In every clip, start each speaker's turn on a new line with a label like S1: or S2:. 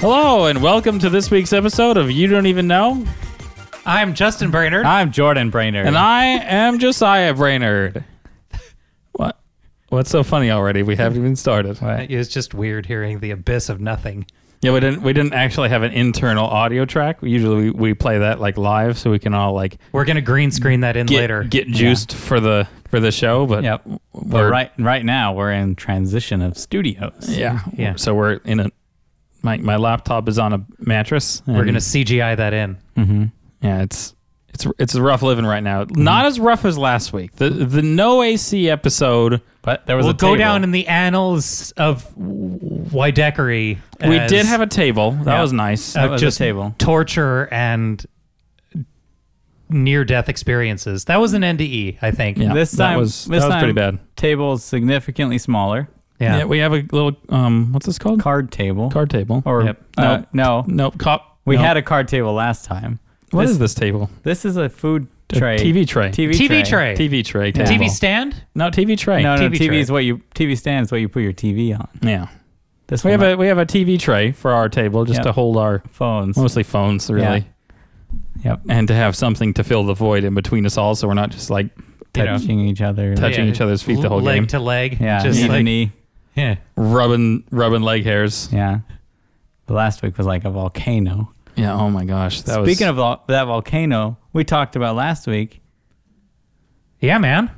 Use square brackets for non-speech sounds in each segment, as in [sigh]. S1: Hello, and welcome to this week's episode of You Don't Even Know.
S2: I'm Justin Brainerd.
S3: I'm Jordan Brainerd.
S1: And I am Josiah Brainerd. What? What's so funny already? We haven't even started.
S2: it was just weird hearing the abyss of nothing.
S1: Yeah, we didn't. We didn't actually have an internal audio track. Usually, we, we play that like live, so we can all like
S2: We're gonna green screen that in
S1: get,
S2: later.
S1: get juiced for the for the show. But
S3: Yep. But
S1: we're-
S3: right right now we're in transition of studios.
S1: yeah,
S2: Yeah.
S1: So we're in a my my laptop is on a mattress.
S2: We're
S1: and-
S2: gonna CGI that in.
S1: Yeah, it's it's it's rough living right now.
S3: Mm-hmm.
S1: Not as rough as last week. The the no AC episode.
S3: But there was
S2: We'll
S3: a
S2: go
S3: table.
S2: down in the annals of Widekery.
S1: We did have a table. That was nice.
S3: That was a
S2: just
S3: table.
S2: torture and near death experiences. That was an NDE, I think.
S1: Yeah,
S3: this
S1: that
S3: time
S1: was-
S3: this
S1: that was
S3: time,
S1: pretty bad.
S3: Table is significantly smaller.
S2: Yeah.
S1: Yeah, we have a little um what's this called?
S3: Card table.
S1: Card table.
S3: or
S1: Yep.
S3: uh,
S1: Nope.
S3: no.
S1: Nope. Cop.
S3: We
S1: nope.
S3: had a card table last time.
S1: What
S3: this,
S1: is this table?
S3: This is a food
S1: A
S3: tray.
S1: TV tray.
S3: TV,
S2: TV tray.
S1: TV tray. Table.
S2: TV stand?
S1: No TV tray.
S3: No, no,
S2: TV
S3: TV,
S2: tray.
S3: is what you TV stand is what you put your TV on.
S1: Yeah.
S3: This
S1: We
S3: one
S1: have a we have a TV tray for our table just
S3: Yep.
S1: to hold our
S3: phones.
S1: mostly phones really,
S3: Yep.
S1: and to have something to fill the void in between us all, so we're not just like
S2: You know.
S3: Touching each other.
S1: Touch- Touching each other's feet the whole
S2: leg
S1: game.
S2: to leg.
S3: yeah.
S2: Just
S3: knee to
S2: like,
S3: knee.
S2: yeah.
S1: rubbing rubbing leg hairs.
S3: Yeah. The last week was like a volcano.
S1: Yeah. Oh my gosh. That
S3: Speaking
S1: was,
S3: of vol- that volcano we talked about last week,
S2: Yeah, man.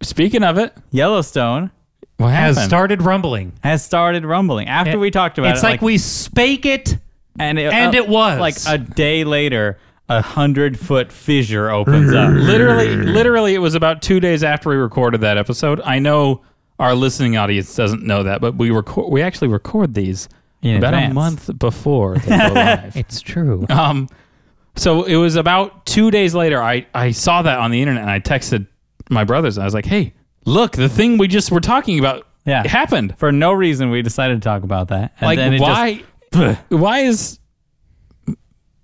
S1: of speaking of it,
S3: Yellowstone
S1: what
S2: Has
S1: happened?
S2: started rumbling.
S3: has started rumbling. After we talked about
S2: it's
S3: it,
S2: like, we spake it.
S3: and it, uh,
S2: and it was.
S3: like a day later, a hundred foot fissure opens up.
S1: [laughs] literally, literally, it was about two days after we recorded that episode. I know our listening audience doesn't know that, but we record. We actually record these
S3: In
S1: about a
S3: advance.
S1: month before they [laughs] go live.
S2: It's true.
S1: Um, so it was about two days later. I, I saw that on the internet and I texted my brothers and I was like, "Hey, look, the thing we just were talking about
S3: Yeah.
S1: happened.
S3: For no reason, we decided to talk about that. And then
S1: like,
S3: it
S1: why? why is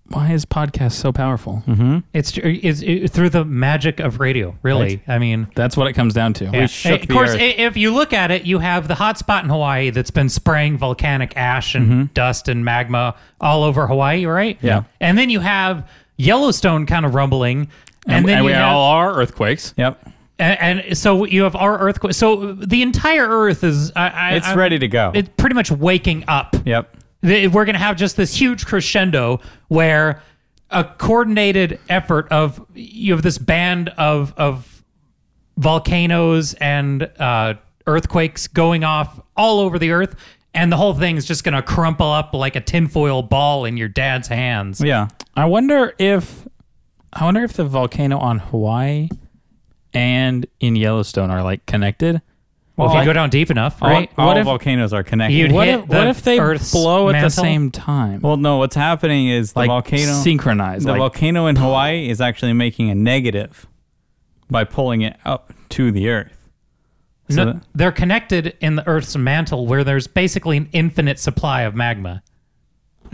S1: why is podcast so powerful?
S2: [laughs] It's, tr- it's it, through the magic of radio, really. I mean,
S1: That's what it comes down to.
S2: yeah.
S3: shook
S2: of
S3: the
S2: course,
S3: earth.
S2: i if you look at it, you have the hot spot in Hawaii that's been spraying volcanic ash and dust and magma all over Hawaii, right?
S3: Yeah.
S2: And then you have Yellowstone kind of rumbling. And,
S1: and,
S2: then
S1: and
S2: you
S1: we
S2: have,
S1: all are earthquakes.
S3: Just, yep.
S2: and, and so you have our earthquake. So the entire Earth is I, I,
S3: It's
S2: I-
S3: ready to go.
S2: It's pretty much waking up.
S3: Yep.
S2: Th- We're going to have just this huge crescendo where a coordinated effort of you have this band of of volcanoes and uh, earthquakes going off all over the earth, and the whole thing is just going to crumple up like a tinfoil ball in your dad's hands.
S3: Yeah.
S1: I wonder if I wonder if the volcano on Hawaii and in Yellowstone are like connected.
S2: Well, if you
S3: Well,
S2: go down deep enough,
S3: All,
S2: right?
S3: all
S1: What if-
S3: volcanoes are connected.
S2: You'd-
S1: What
S2: hit
S1: if,
S2: the
S1: what if they
S2: Earth's
S1: blow at the
S2: mantle?
S1: same time?
S3: well, no. What's happening is the
S1: like
S3: volcano
S1: synchronized.
S3: The
S1: like,
S3: volcano in Hawaii is actually making a negative by pulling it up to the earth. So
S2: No,
S3: that-
S2: they're connected in the Earth's mantle, where there's basically an infinite supply of magma.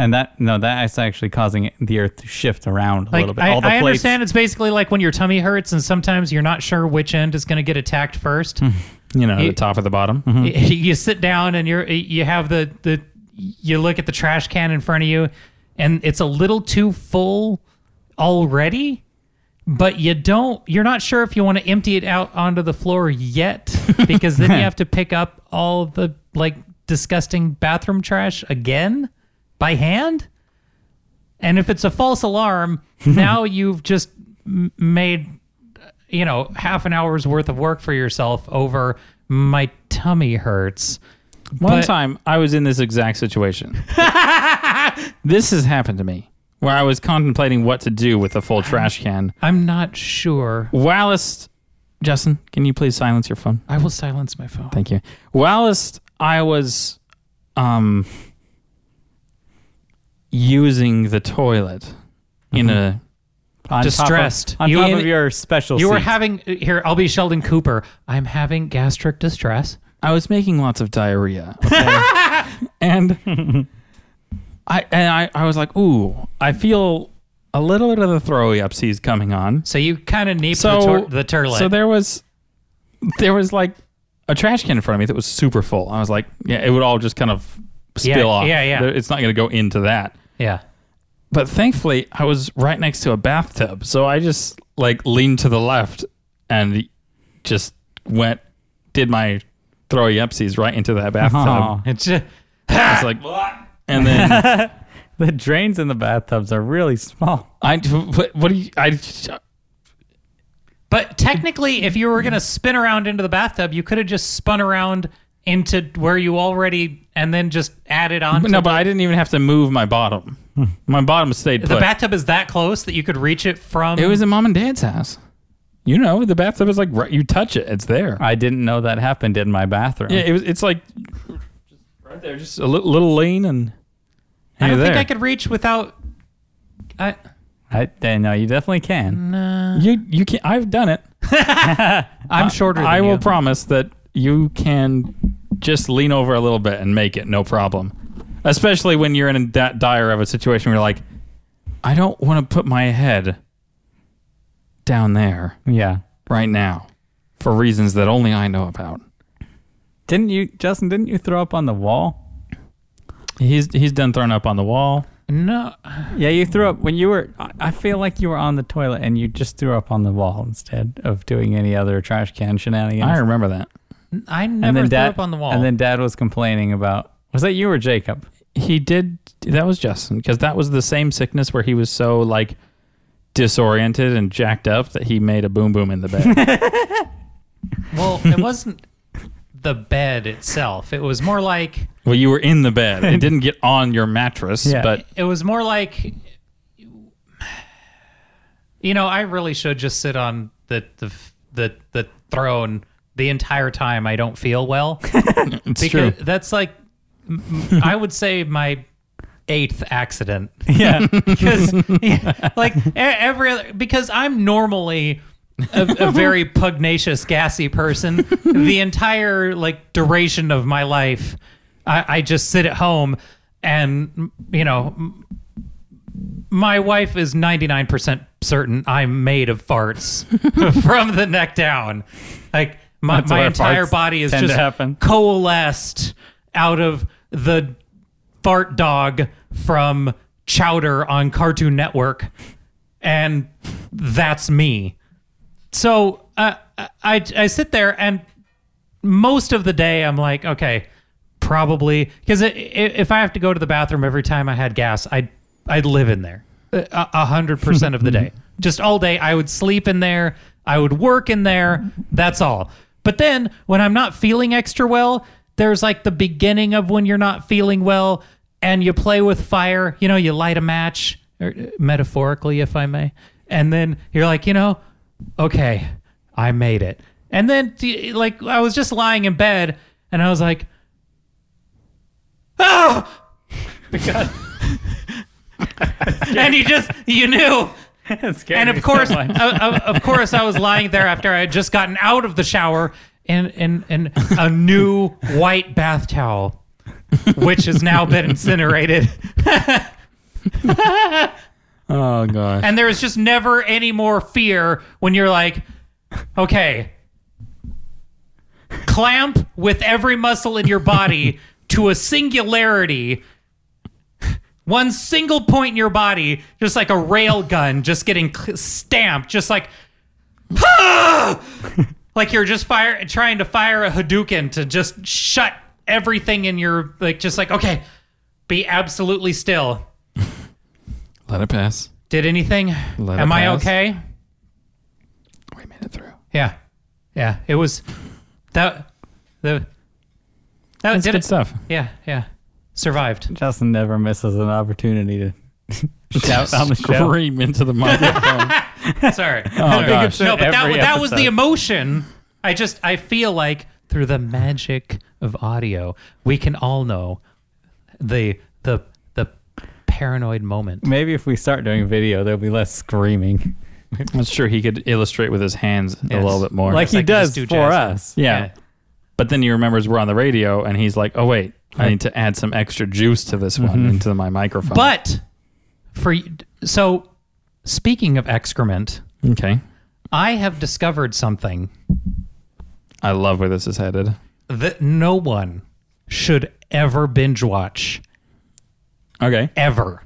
S3: And that no, that is actually causing it- the Earth to shift around a
S2: Like,
S3: little bit.
S2: I,
S3: All the
S2: I
S3: plates-
S2: understand it's basically like when your tummy hurts, and sometimes you're not sure which end is going to get attacked first.
S1: you know,
S2: you-
S1: the top or the bottom.
S2: Y- [laughs] you sit down and you're you have the the you look at the trash can in front of you and it's a little too full already but you don't you're not sure if you want to empty it out onto the floor yet because then you have to pick up all the like disgusting bathroom trash again by hand and if it's a false alarm now you've just m- made you know, half an hour's worth of work for yourself over my tummy hurts.
S1: One
S2: But-
S1: time I was in this exact situation. this has happened to me where I was contemplating what to do with a full trash can.
S2: I'm not sure.
S1: Whilst, Justin, can you please silence your phone?
S2: I will silence my phone.
S1: Thank you. Whilst I was um, using the toilet in a.
S3: on top of-
S2: distressed.
S3: on
S2: You-
S3: top of your special.
S2: You were
S3: seat.
S2: having here. I'll be Sheldon Cooper. I'm having gastric distress.
S1: I was making lots of diarrhea. okay? and I and I, I was like, ooh, I feel a little bit of the throwy upsies coming on.
S2: So you kind of neeped
S1: So
S2: the, tur- the turlet.
S1: So there was there was like a trash can in front of me that was super full. I was like, yeah, it would all just kind of spill off.
S2: yeah, yeah.
S1: There- It's not going to go into that.
S2: Yeah.
S1: But thankfully, I was right next to a bathtub, so I just like leaned to the left and just went, did my throwy upsies right into that bathtub.
S2: [laughs]
S3: Aw.
S2: It's just,
S1: It's like,
S2: [laughs]
S1: and then
S3: [laughs] The drains in the bathtubs are really small.
S1: I, what, what do you, I, I
S2: but technically, if you were going to spin around into the bathtub, you could have just spun around into where you already and then just added on.
S1: no, but I didn't even have to move my bottom. My bottom stayed put.
S2: the bathtub is that close that you could reach it from.
S1: it was at mom and dad's house. You know, the bathtub is like, right, you touch it, it's there.
S3: I didn't know that happened in my bathroom.
S1: Yeah, it was, it's like right there, just a li- little lean and
S2: I don't
S1: you're
S2: think
S1: there.
S2: I could reach without. I,
S3: I, I know you definitely can.
S1: you, you can I've done it.
S2: I'm shorter. Than
S1: I will
S2: you.
S1: promise that you can just lean over a little bit and make it no problem. Especially when you're in that dire of a situation where you're like, I don't want to put my head down there
S3: Yeah.
S1: right now for reasons that only I know about.
S3: Didn't you, Justin? Didn't you throw up on the wall?
S1: He's he's done thrown up on the wall.
S2: no.
S3: Yeah, you threw up when you were. I I feel like you were on the toilet and you just threw up on the wall instead of doing any other trash can shenanigans.
S1: I remember that.
S2: I
S3: and
S2: never
S3: then
S2: threw
S3: dad
S2: up on the wall.
S3: and then dad was complaining about. Was that you or Jacob? [laughs]
S1: He did that was Justin because that was the same sickness where he was so like disoriented and jacked up that he made a boom boom in the [laughs] bed.
S2: well, it wasn't the bed itself. It was more like
S1: well, you were in the bed. It didn't get on your mattress,
S3: Yeah.
S1: but
S2: it was more like you know i really should just sit on the the the, the throne the entire time i don't feel well
S1: It's
S2: because
S1: true.
S2: that's like m- m- i would say my eighth accident
S3: Yeah.
S2: because
S3: [laughs]
S2: yeah, like e- every other because i'm normally a, a
S3: [laughs]
S2: very pugnacious gassy person the entire like duration of my life I, I just sit at home and you know m- my wife is 99% certain i'm made of farts [laughs] from the neck down like my,
S3: where
S2: my entire
S3: farts
S2: body is
S3: tend to
S2: just
S3: happen.
S2: coalesced out of the fart dog from Chowder on Cartoon Network, and that's me. So uh, I I sit there and most of the day I'm like, okay, probably because if I have to go to the bathroom every time I had gas, I'd I'd live in there a a hundred percent of the day, just all day. I would sleep in there, I would work in there. That's all. But then when I'm not feeling extra well, there's like the beginning of when you're not feeling well, and you play with fire. You know, you light a match, or uh, metaphorically, if I may, and then you're like, you know, okay, I made it. And then, t- like, I was just lying in bed and I was like, oh, [laughs] because. and you just, you knew. And of course, uh, uh, of course, I was lying there after I had just gotten out of the shower in, in, in a new white bath towel, which has now been incinerated.
S1: Oh gosh.
S2: And there is just never any more fear when you're like, okay, clamp with every muscle in your
S1: [laughs]
S2: body to a singularity, one single point in your body, just like a rail gun, just getting cl- stamped, just
S1: [laughs]
S2: like, like you're just fire trying to fire a Hadouken to just shut everything in your like, just like okay, be absolutely still
S1: Let it pass.
S2: did anything.
S1: Let
S2: Am
S1: it
S2: I
S1: pass.
S2: okay?
S1: We made it through.
S2: Yeah, yeah. It was that the that
S1: That's
S2: did
S1: good
S2: it.
S1: [laughs] stuff.
S2: Yeah, yeah.
S3: [laughs]
S2: Survived.
S3: Justin never misses an opportunity to shout on the show.
S1: Scream into the [laughs] microphone.
S2: Sorry. oh
S1: gosh.
S2: No, but that,
S3: Every
S2: that was the
S3: episode.
S2: emotion. I just I feel like through the magic of audio, we can all know the the the paranoid moment.
S3: Maybe if we start doing video, there'll be less screaming.
S1: I'm sure he could illustrate with his hands a little bit more.
S3: like he
S2: like you
S3: does
S2: just do
S3: for
S2: jazz
S3: us.
S1: yeah. But then he remembers we're on the radio and he's like, oh, wait, I need to add some extra juice to this one into my microphone.
S2: But for so speaking of excrement,
S1: okay.
S2: I have discovered something
S1: I love where this is headed.
S2: that no one should ever binge watch.
S1: Okay.
S2: Ever.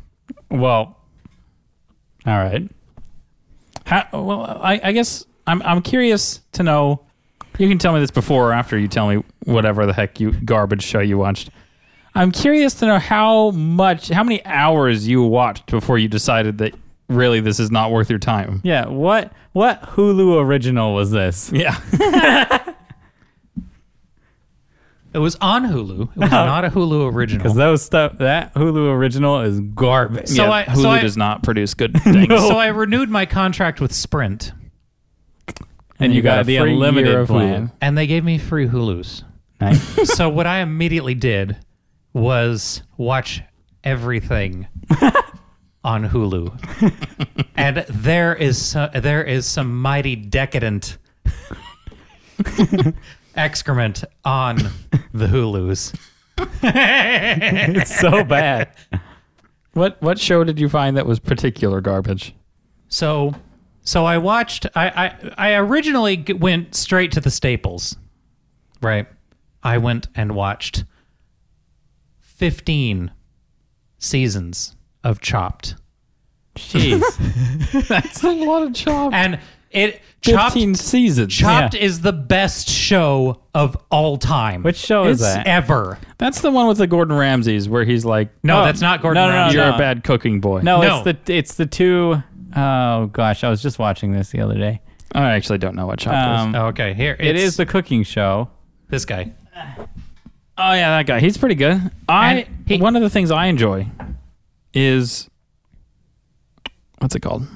S3: Well, all right.
S1: How, well, I, I guess I'm I'm curious to know. You can tell me this before or after you tell me whatever the heck you garbage show you watched. I'm curious to know how much, how many hours you watched before you decided that really this is not worth your time.
S3: Yeah. What what Hulu original was
S1: [laughs]
S3: this?
S1: Yeah.
S2: It was on Hulu. It was not a Hulu original.
S3: Because those stuff that Hulu original is garbage.
S2: So
S1: Yeah,
S2: I-
S1: Hulu
S2: so I-
S1: does not produce [laughs] good things.
S2: So I renewed my contract with Sprint,
S3: and, you, got,
S1: free
S3: the
S1: year
S3: unlimited
S1: of
S3: plan.
S1: Hulu.
S2: and they gave me free Hulus.
S3: [laughs] Nice.
S2: so what I immediately did was watch everything on Hulu, and there is so, there is some mighty decadent excrement on the Hulus.
S3: it's so bad.
S1: [laughs] What what show did you find that was particular garbage?
S2: So, so I watched. I I, I originally g- went straight to the staples, right? I went and watched fifteen seasons of Chopped,
S3: Jeez.
S1: It's a lot of
S2: [laughs]
S1: chopped.
S2: and it [laughs] Chopped
S1: Fifteen seasons.
S2: Chopped
S3: yeah.
S2: is the best show of all time.
S3: Which show is
S1: It's
S3: that?
S2: ever?
S1: That's the one with the Gordon Ramsays where he's like,
S2: No,
S1: "Oh,
S2: that's not Gordon
S3: no, no,
S2: Ramsay.
S1: You're
S3: no.
S1: a bad cooking boy.
S3: no,
S2: No.
S3: it's the it's the two oh gosh, I was just watching this the other day.
S1: I actually don't know what chopped
S3: Um,
S1: is.
S2: Oh, okay, here
S3: It
S2: it's
S3: is the cooking show.
S2: this guy.
S1: Oh yeah, that guy. He's pretty good. I
S2: And he-
S1: one of the things I enjoy is what's it called?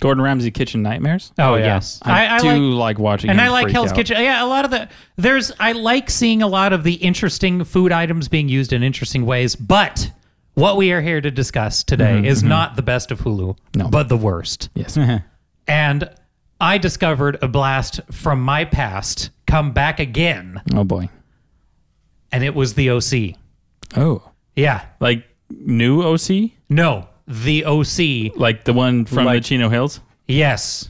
S1: Gordon Ramsay Kitchen Nightmares.
S2: Oh,
S3: yeah.
S2: yes,
S1: I,
S2: I
S1: do
S2: like-
S1: like, watching
S2: and
S1: him
S2: I like
S1: freak
S2: Hell's
S1: out.
S2: Kitchen. Yeah, a lot of the there's I like seeing a lot of the interesting food items being used in interesting ways, but what we are here to discuss today is not the best of Hulu,
S1: Mm-hmm, No.
S2: but the worst.
S1: Yes. [laughs]
S2: And I discovered a blast from my past come back again,
S1: oh boy.
S2: and it was the OC.
S1: Oh,
S2: Yeah.
S1: like new OC,
S2: No, the OC.
S1: like the one from
S3: Like-
S1: the Chino Hills.
S2: Yes.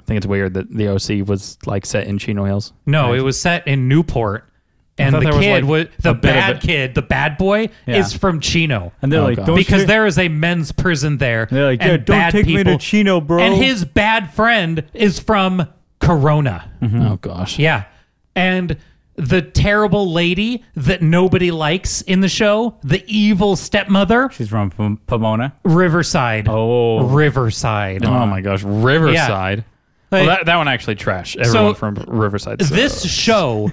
S1: I think it's weird that the OC was like set in Chino Hills.
S2: No, it was set in Newport. And
S1: thought
S2: the
S1: there was,
S2: kid was,
S1: like,
S2: the
S1: a bit of
S2: bad
S1: it.
S2: kid, the bad boy,
S3: Yeah.
S2: is from Chino.
S3: And they're
S1: Oh,
S3: like,
S1: God.
S3: don't
S2: because
S3: you-
S2: there is a men's prison there.
S3: They're like,
S2: and
S3: "Yeah, don't
S2: bad
S3: take me to
S2: people."
S3: Chino, bro.
S2: And his bad friend is from Corona.
S3: Mm-hmm.
S1: Oh gosh.
S2: Yeah. And the terrible lady that nobody likes in the show, the evil stepmother,
S3: she's from Pom- Pomona.
S2: Riverside.
S3: Oh.
S2: Riverside.
S1: Oh my gosh, Riverside.
S2: Like-
S1: well, that, that one actually trash. Everyone from Riverside. sucks.
S2: This show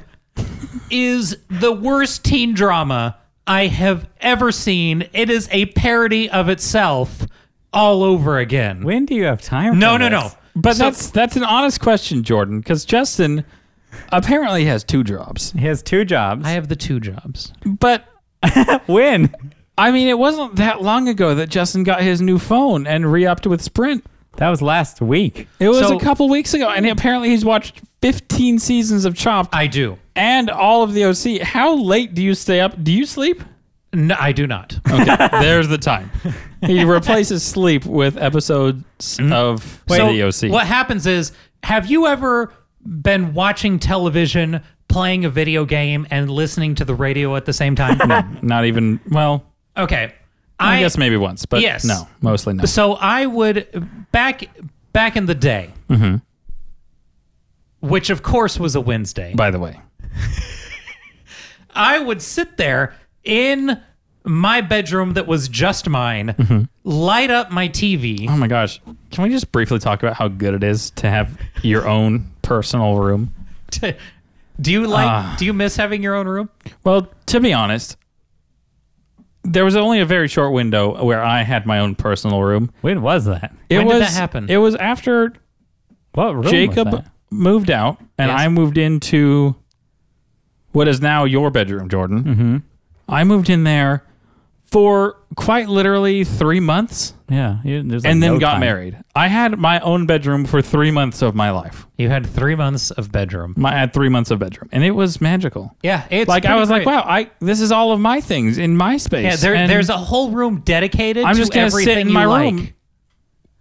S2: is the worst teen drama I have ever seen. It is a parody of itself all over again.
S3: When do you have time?
S2: no,
S3: for
S2: no,
S3: this?
S2: no.
S1: But
S2: So-
S1: that's that's an honest question, Jordan, because Justin apparently has two jobs.
S3: He has two jobs.
S2: I have the two jobs.
S1: But
S3: when?
S1: I mean, it wasn't that long ago that Justin got his new phone and re-upped with Sprint.
S3: That was last week.
S1: It was
S2: So-
S1: a couple weeks ago, and apparently he's watched 15 seasons of Chopped
S2: I do.
S1: and all of the OC. How late do you stay up? Do you sleep?
S2: No, I do not.
S1: Okay, there's the time. Ah. [laughs] He replaces sleep with episodes of
S2: E
S1: the OC.
S2: What happens is, have you ever been watching television, playing a video game, and listening to the radio at the same time?
S1: Not even well.
S2: okay.
S1: I, guess maybe once, but
S2: Oh, Yes.
S1: no, mostly no.
S2: So I would back back in the day, which of course was a Wednesday.
S1: By the way,
S2: I would sit there in my bedroom that was just mine, light up my TV.
S1: Oh my gosh. Can we just briefly talk about how good it is to have your own personal room?
S2: [laughs] do you like? do you miss having your own room?
S1: Well, to be honest, there was only a very short window where I had my own personal room.
S3: When was that?
S1: It
S2: When did
S1: was,
S2: that happen?
S1: It was after
S3: What room was
S1: Jacob
S3: that?
S1: moved out and
S2: Yes.
S1: I moved into what is now your bedroom, Jordan. Mm-hmm. I moved in there for quite literally three months
S3: Yeah. you- there's, like,
S1: and then
S3: no
S1: got
S3: time.
S1: married. I had my own bedroom for three months of my life.
S2: You had three months of bedroom.
S1: My, I had three months of bedroom and it was magical.
S2: Yeah, it's
S1: like I
S2: pretty
S1: was
S2: great.
S1: like, wow, I this is all of my things in my space.
S2: Yeah, there,
S1: And
S2: there's a whole room dedicated.
S1: I'm
S2: to
S1: just gonna sit
S2: everything
S1: in
S2: you
S1: my
S2: like.
S1: room.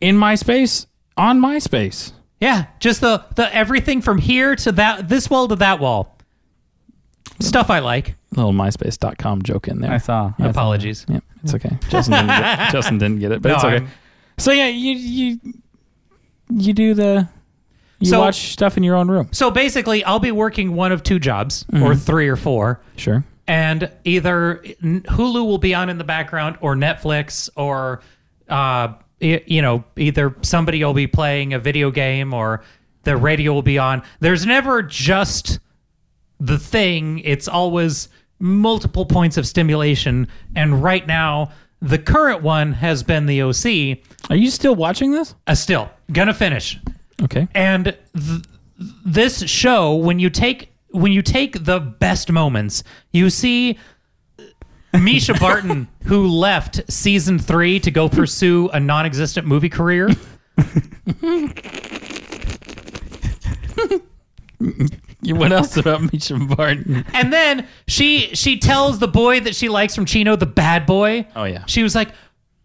S1: in my space on my space.
S2: Yeah, just the the everything from here to that this wall to that wall. Stuff I like.
S1: Little MySpace.com joke in there.
S3: I saw. I saw.
S2: Apologies.
S1: Yeah,
S2: [laughs]
S1: it's okay. Justin didn't get, Justin didn't get it, but
S2: No,
S1: it's okay.
S2: I'm-
S1: so yeah, you you you do the you
S2: So-
S1: watch stuff in your own room.
S2: So basically, I'll be working one of two jobs, or
S1: Mm-hmm.
S2: three or four,
S1: Sure.
S2: and either n- Hulu will be on in the background, or Netflix, or uh, y- you know, either somebody will be playing a video game, or the radio will be on. There's never just the thing. It's always multiple points of stimulation, and right now, the current one has been the OC.
S1: Are you still watching this?
S2: Uh, still, gonna finish
S1: Okay.
S2: and th- th- this show when you take when you take the best moments you see
S1: [laughs]
S2: misha barton who left season three to go pursue a non-existent movie
S1: [laughs]
S2: career
S1: [laughs] You, what else about Misha Barton?
S2: [laughs] and then she she tells the boy that she likes from chino the bad boy
S1: Oh, yeah.
S2: she was like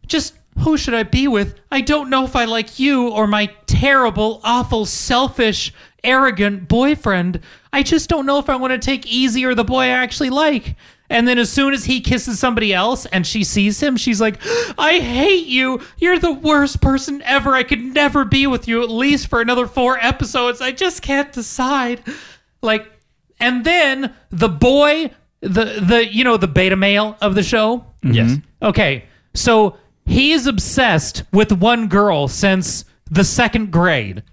S2: just who should i be with i don't know if i like you or my terrible awful selfish arrogant boyfriend i just don't know if i want to take easy or the boy i actually like and then as soon as he kisses somebody else and she sees him she's like i hate you you're the worst person ever i could never be with you at least for another four episodes i just can't decide like and then the boy the the you know the beta male of the show
S1: Yes.
S2: Okay, so he is obsessed with one girl since the second grade,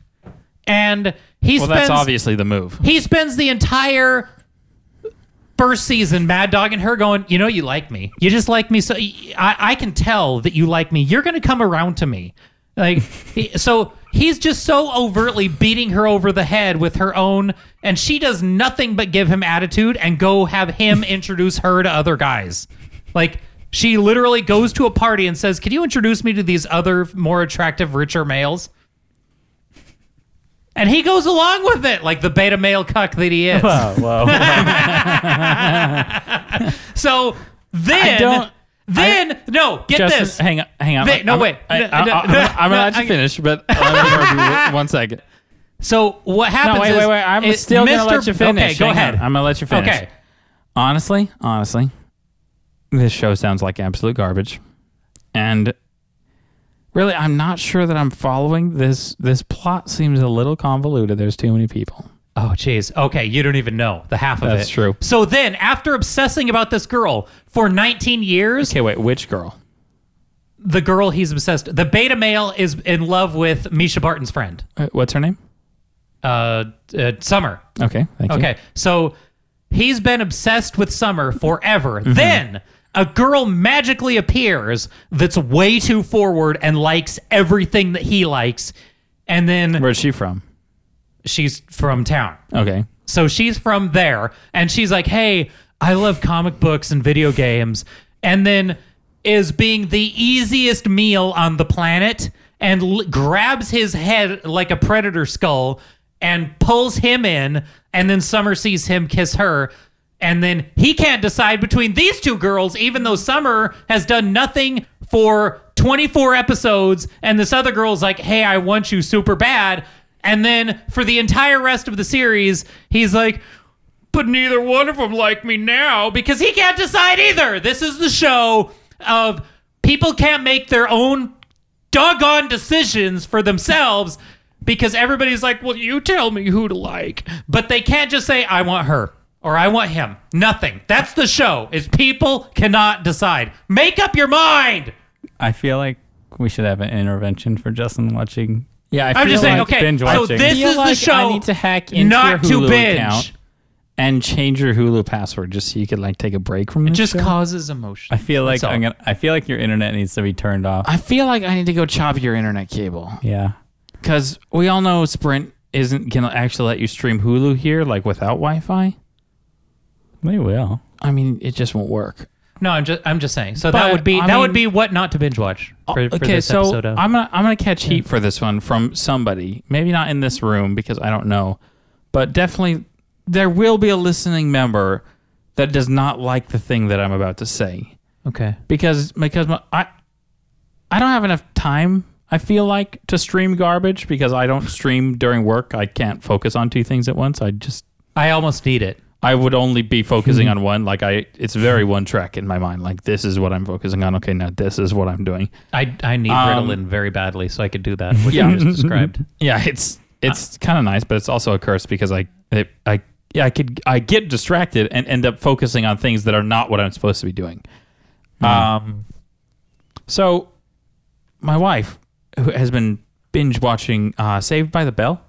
S2: and he
S1: Well,
S2: spends
S1: that's obviously the move.
S2: he spends the entire first season Mad Dog and her going. You know, you like me. You just like me. So I, I can tell that you like me. You're gonna come around to me, like [laughs] he- so. He's just so overtly beating her over the head with her own, and she does nothing but give him attitude and go have him introduce her to other guys. Like she literally goes to a party and says, "Can you introduce me to these other more attractive, richer males?" And he goes along with it, like the beta male cuck that he is.
S3: Whoa, whoa, whoa.
S2: So then,
S1: I don't-
S2: then no, get
S1: Justin,
S2: this.
S1: hang on. Hang on.
S2: Wait, no,
S1: I'm-
S2: wait.
S1: I,
S2: No,
S1: I,
S2: no,
S1: I,
S2: no,
S1: I'm, I'm
S2: no,
S1: allowed
S2: [laughs] I-
S1: to finish, but let me interrupt you
S2: [laughs]
S1: one second.
S2: So what happens?
S1: No, wait,
S2: is,
S1: wait, wait. I'm
S2: is
S1: still gonna
S2: Mr.
S1: let you finish.
S2: Okay, go
S1: Hang on.
S2: ahead.
S1: I'm gonna let you finish.
S2: okay,
S1: honestly, honestly, this show sounds like absolute garbage. And really, I'm not sure that I'm following this. This plot seems a little convoluted. There's too many people.
S2: Oh, jeez. Okay, you don't even know the half of it.
S1: That's true.
S2: So then, after obsessing about this girl for 19 years,
S1: Okay, wait, which girl?
S2: the girl he's obsessed, the beta male is in love with Misha Barton's friend,
S1: Uh, What's her name?
S2: uh, uh, Summer.
S1: Okay, thank you.
S2: Okay, so he's been obsessed with Summer forever. Then a girl magically appears that's way too forward and likes everything that he likes, and then
S1: Where's she from?
S2: she's from town.
S1: Okay.
S2: So she's from there, and she's like, "Hey, I love comic books and video games," and then is being the easiest meal on the planet, and l- grabs his head like a predator skull, and pulls him in, and then Summer sees him kiss her. And then he can't decide between these two girls, even though Summer has done nothing for 24 episodes. And this other girl's like, hey, I want you super bad. And then for the entire rest of the series, he's like, but neither one of them like me now because he can't decide either. This is the show of people can't make their own doggone decisions for themselves because everybody's like, well, you tell me who to like. But they can't just say, I want her or I want him. Nothing. That's the show is people cannot decide. Make up your mind.
S3: I feel like we should have an intervention for Justin watching.
S1: Yeah, I
S2: I'm just saying,
S3: like
S2: okay.
S3: binge
S2: So
S3: watching.
S2: this
S1: feel
S2: is the
S1: like
S2: show.
S1: I need to hack into
S2: not
S1: your Hulu
S2: to binge.
S1: account and change your Hulu password just so you could like take a break from this
S2: Just
S1: show.
S2: causes emotion.
S3: I feel like
S2: That's all.
S3: I'm gonna. I feel like your internet needs to be turned off.
S1: I feel like I need to go chop your internet cable.
S3: yeah.
S1: Because we all know Sprint isn't going to actually let you stream Hulu here, like without Wi Fi.
S3: They will.
S1: I mean, it just won't work.
S2: No, I'm just I'm just saying. So
S1: But,
S2: that would be
S1: I
S2: that would
S1: mean- uh,
S2: be what not to binge watch for, for
S1: okay,
S2: this
S1: so
S2: episode of.
S1: I'm gonna I'm gonna catch heat for this one from somebody. Maybe not in this room because I don't know, but definitely there will be a listening member that does not like the thing that I'm about to say.
S2: okay.
S1: because because my, I I don't have enough time. I feel like to stream garbage because I don't stream during work. I can't focus on two things at once. I just
S2: I almost need it.
S1: I would only be
S2: Hmm.
S1: focusing on one. Like I, it's very one track in my mind. Like this is what I'm focusing on. Okay, now this is what I'm doing.
S2: I, I need
S1: Um,
S2: Ritalin very badly, so I could do that, which
S1: Yeah.
S2: you just described.
S1: Yeah, it's it's
S2: Ah.
S1: kind of nice, but it's also a curse because I it, I yeah I could I get distracted and end up focusing on things that are not what I'm supposed to be doing.
S2: Hmm.
S1: Um, so my wife who has been binge watching uh, Saved by the Bell.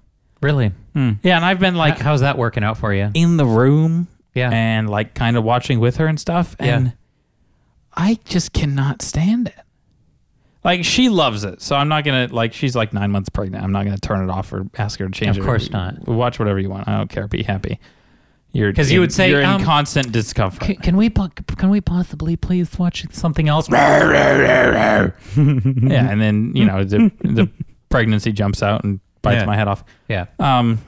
S2: Really?
S1: Yeah, and I've been like
S2: Like, how's that working out for you?
S1: in the room
S2: Uh-huh. Yeah.
S1: and like kind of watching with her and stuff and
S2: Yeah.
S1: i just cannot stand it like she loves it so i'm not gonna like she's like nine months pregnant i'm not gonna turn it off or ask her to change
S2: Of
S1: it
S2: course not.
S1: watch whatever you want i don't care be happy you're
S2: 'Cause you
S1: in-
S2: would say,
S1: you're
S2: um,
S1: in constant discomfort [laughs]
S2: Can, can we po- can we possibly please watch something else?
S1: yeah and then you know the, the pregnancy jumps out and bites
S2: Yeah.
S1: my head off
S2: yeah.
S1: um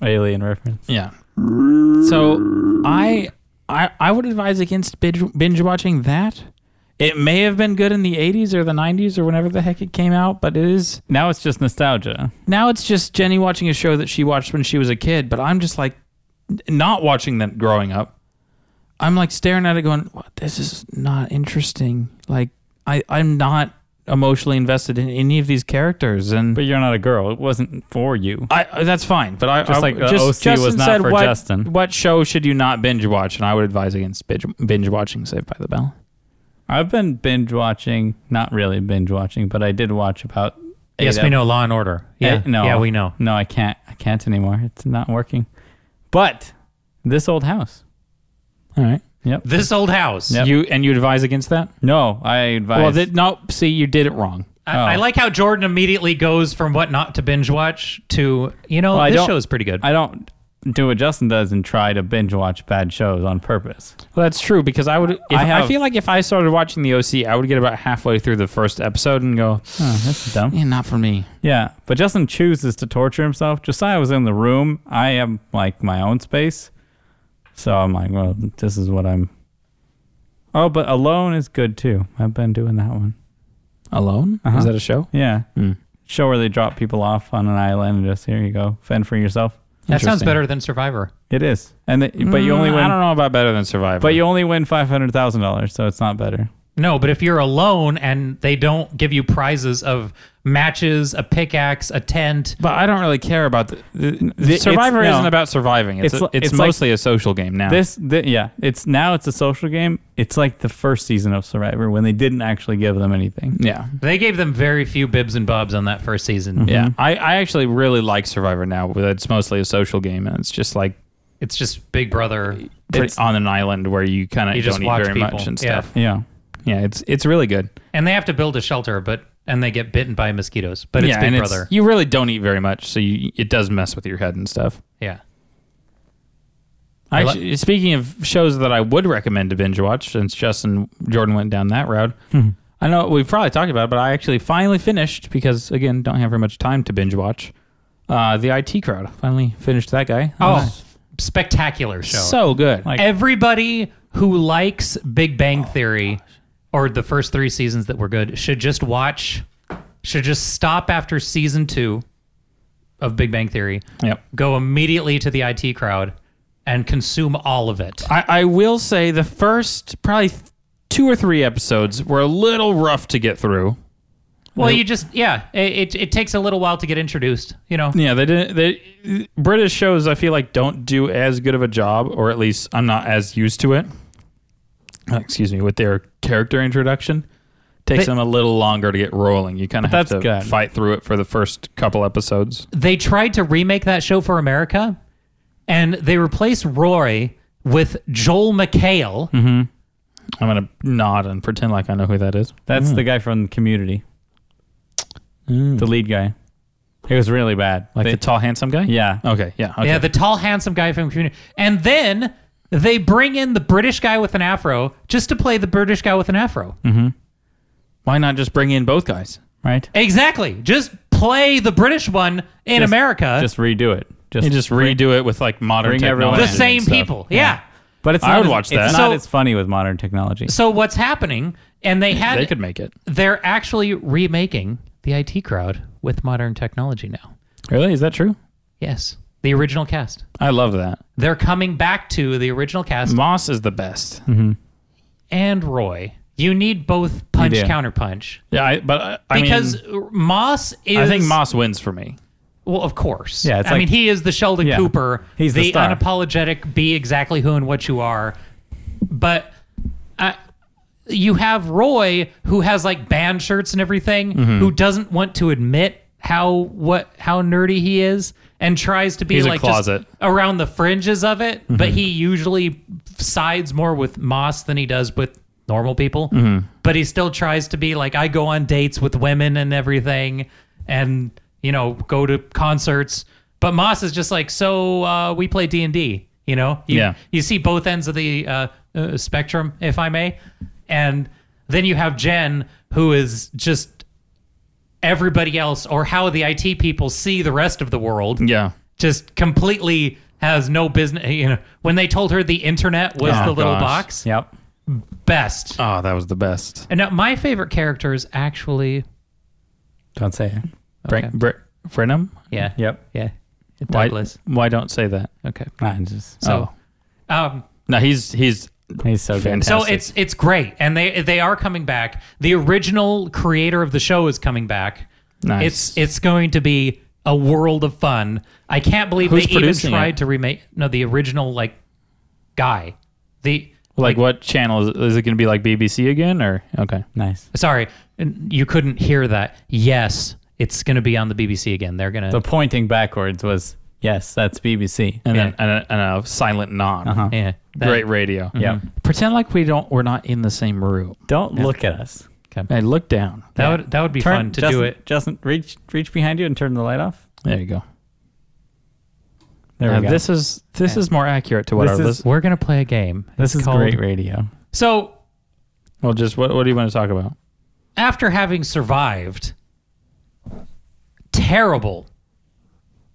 S3: Alien reference.
S1: Yeah. So I I I would advise against binge, binge watching that. It may have been good in the 80s or the 90s or whenever the heck it came out, but it is
S3: Now it's just nostalgia.
S1: now it's just Jenny watching a show that she watched when she was a kid, but I'm just like n- not watching that growing up. I'm like staring at it going, what, this is not interesting. Like I I'm not emotionally invested in any of these characters and
S3: But you're not a girl. It wasn't for you.
S1: I uh, that's fine, but I
S3: Just
S1: I-
S3: like the OC was not for
S1: what,
S3: Justin.
S1: What show should you not binge watch? And I would advise against binge, binge watching Saved by the Bell.
S3: I've been binge watching, not really binge watching, but I did watch about.
S2: Yes,
S3: eight
S2: we
S3: ep-
S2: know Law and Order. Yeah.
S3: eight- Eh, no,
S2: Yeah, we know.
S3: No, I can't. I can't anymore. It's not working. But this old house.
S1: All right,
S3: Yep.
S2: This old house.
S3: Yep.
S1: you and you advise against that.
S3: No, I advise.
S1: Well, that no, see, you did it wrong.
S2: I, I
S3: Oh.
S2: like how Jordan immediately goes from what not to binge watch to you know
S3: Well, I
S2: this
S3: don't-
S2: show is pretty good.
S3: I don't do what Justin does and try to binge watch bad shows on purpose.
S1: Well, that's true because I would. If, I,
S3: I have-
S1: feel like if I started watching the OC, I would get about halfway through the first episode and go,
S3: Oh, that's dumb.
S1: "Eh, not for me.
S3: Yeah, but Justin chooses to torture himself. Josiah was in the room. I am like my own space. So I'm like, well, this is what I'm. Oh, but alone is good too. I've been doing that one.
S1: Alone
S3: Uh-huh.
S1: is that a show?
S3: Yeah.
S1: Hmm.
S3: Show where they drop people off on an island and just here you go, fend for yourself.
S2: that sounds
S1: Interesting.
S2: better than Survivor.
S3: It is, and the, but you only
S1: Mm, I don't
S3: win.
S1: know about better than Survivor.
S3: But you only win five hundred thousand dollars, so it's not better.
S2: No, but if you're alone and they don't give you prizes of matches, a pickaxe, a tent,
S1: But I don't really care about the, the,
S3: it's-
S1: Survivor.
S3: no.
S1: Isn't about surviving. It's
S3: It's
S1: a-
S3: li-
S1: it's,
S3: it's like-
S1: mostly a social game now.
S3: This, th- yeah, it's now it's a social game. It's like the first season of Survivor when they didn't actually give them anything.
S1: yeah.
S2: they gave them very few bibs and bobs on that first season.
S1: Yeah, I, I actually really like Survivor now. but It's mostly a social game, and it's just like
S2: It's just Big Brother.
S1: pretty,
S2: It's-
S1: on an island where you kind of
S2: You
S1: don't
S2: just
S1: eat
S2: watch
S1: very
S2: people.
S1: much and
S2: Yeah.
S1: stuff.
S3: Yeah.
S1: Yeah, it's it's really good.
S2: and they have to build a shelter, but and they get bitten by mosquitoes. But it's
S1: yeah,
S2: Big
S1: and
S2: Brother.
S1: you really don't eat very much, so you, it does mess with your head and stuff.
S2: yeah. I li-
S1: Actually, speaking of shows that I would recommend to binge watch, since Justin Jordan went down that route,
S2: Mm-hmm.
S1: I know we've probably talked about, it, but I actually finally finished because again, don't have very much time to binge watch. Uh, the IT crowd finally finished that guy.
S2: Oh, spectacular show.
S1: so good!
S3: Like-
S2: Everybody who likes Big Bang Theory or the first three seasons that were good should just watch, should just stop after season two of Big Bang Theory,
S1: yep.
S2: go immediately to the IT crowd and consume all of it.
S1: I, I will say the first probably th- two or three episodes were a little rough to get through.
S2: Well, you just, yeah, it, it, it takes a little while to get introduced, you know?
S1: Yeah, they didn't. They British shows I feel like don't do as good of a job, or at least I'm not as used to it. Uh, Excuse me, with their character introduction, takes
S2: They-
S1: them a little longer to get rolling. You kind of have to
S3: that's good.
S1: fight through it for the first couple episodes.
S2: They tried to remake that show for America and they replaced Roy with Joel McHale.
S1: I'm gonna nod and pretend like I know who that is.
S3: That's the guy from Community, the lead guy. It was really bad.
S1: Hmm. Like
S3: They-
S1: the Oh. tall, handsome guy.
S3: yeah,
S1: Okay. Yeah. Okay.
S2: Yeah, the tall, handsome guy from Community. And then they bring in the British guy with an afro just to play the British guy with an afro.
S1: Why not just bring in both guys?
S3: right.
S2: Exactly. Just play the British one in
S3: Just-
S2: America.
S3: Just redo it. Just,
S1: And just redo it with like modern
S3: bring everyone
S1: technology.
S3: in
S2: the same
S3: and stuff.
S2: people. Yeah.
S3: But it's
S1: I
S3: not
S1: would
S3: as-
S1: watch that.
S3: It's not
S2: So-
S3: as funny with modern technology.
S2: So what's happening? And they had
S1: They could make it.
S2: they're actually remaking the IT crowd with modern technology now.
S1: Really? Is that true?
S2: Yes. the original cast.
S1: I love that.
S2: They're coming back to the original cast
S1: Moss is the best.
S2: and Roy. You need both punch
S3: do.
S2: counterpunch
S1: Yeah, I, but uh, I, I
S2: because
S1: mean,
S2: Moss is.
S1: I think Moss wins for me.
S2: Well, of course.
S3: Yeah, it's
S2: I
S3: like-
S2: mean, he is the Sheldon
S3: Yeah.
S2: Cooper.
S3: He's the star.
S2: unapologetic be exactly who and what you are. But I, you have Roy who has like band shirts and everything,
S3: Mm-hmm.
S2: who doesn't want to admit how what how nerdy he is and tries to be
S1: He's a
S2: like just
S1: closet.
S2: around the fringes of it, but he usually sides more with Moss than he does with normal people. But he still tries to be like, I go on dates with women and everything, and you know, go to concerts. But Moss is just like, so uh, we play D and D. You know, you,
S1: Yeah.
S2: You see both ends of the uh, uh, spectrum, if I may, and then you have Jen, who is just everybody else, or how the IT people see the rest of the world
S1: Yeah.
S2: just completely has no business. You know, when they told her the internet was
S1: Oh,
S2: the little
S1: gosh.
S2: box,
S3: Yep.
S2: best.
S1: Oh, that was the best.
S2: And now my favorite character is actually,
S3: Don't say it.
S1: Bren- Br- Brenham?
S2: yeah,
S3: Oh. Yep.
S2: yeah,
S1: Why,
S2: Douglas.
S1: why don't say that?
S2: Okay,
S3: I just. Oh.
S2: so, um,
S1: No, he's he's
S3: He's so good.
S1: Fantastic.
S2: so it's it's great, and they they are coming back. The original creator of the show is coming back.
S1: Nice.
S2: It's it's going to be a world of fun. I can't believe
S1: Who's
S2: they even
S1: producing
S2: tried
S1: it?
S2: to remake. No, the original like guy, the
S1: like, what channel is it, is it going to be like BBC again or okay?
S3: Nice.
S2: Sorry, n- you couldn't hear that. Yes, it's going to be on the BBC again. They're going to.
S3: The pointing backwards was yes, that's BBC.
S1: And then
S2: Yeah.
S1: and a, and a silent nod.
S3: Uh-huh.
S2: Yeah, that-
S1: Great radio.
S3: Yep.
S1: Mm-hmm. Pretend like we don't we're not in the same room.
S3: Don't look at us.
S1: Hey, look down.
S2: That would that would be fun to
S3: Justin,
S2: do it.
S3: Justin, reach reach behind you and turn the light off.
S1: There you go.
S3: There
S1: Now,
S3: we go.
S1: This is this is more accurate to what
S3: This
S1: our
S3: is-
S1: list.
S2: We're going to play a game.
S3: this
S2: It's
S3: is
S2: called-
S3: great radio.
S2: So
S1: Well, just what what do you want to talk about?
S2: after having survived terrible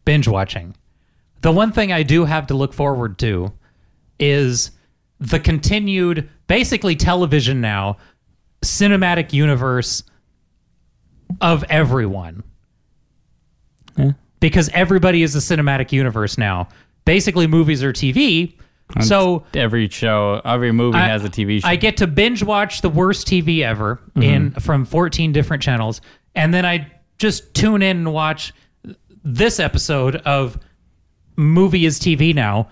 S2: binge watching, the one thing I do have to look forward to is the continued, basically television now, cinematic universe of everyone. Because everybody is a cinematic universe now. Basically, movies are TV. So
S3: Every show, every movie
S2: I-
S3: has a TV show. Mm-hmm.
S2: I get to binge watch the worst TV ever in from 14 different channels, and then I just tune in and watch this episode of Movie is TV now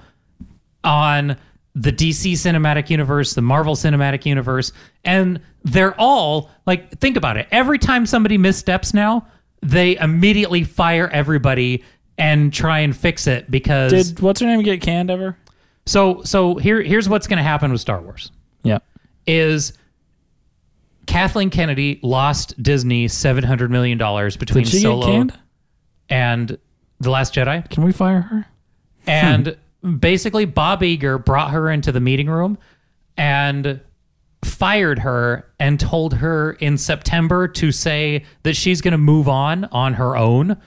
S2: on the DC Cinematic Universe, the Marvel Cinematic Universe, and they're all like, think about it. Every time somebody missteps now, they immediately fire everybody and try and fix it because.
S1: Did what's her name get canned ever?
S2: so, so here, here's what's going to happen with Star Wars
S1: Yeah.
S2: is Kathleen Kennedy lost Disney seven hundred million dollars between
S1: Did she
S2: Solo
S1: get canned?
S2: and The Last Jedi,
S1: Can we fire her?
S2: and basically Bob Iger brought her into the meeting room and fired her and told her in September to say that she's going to move on on her own,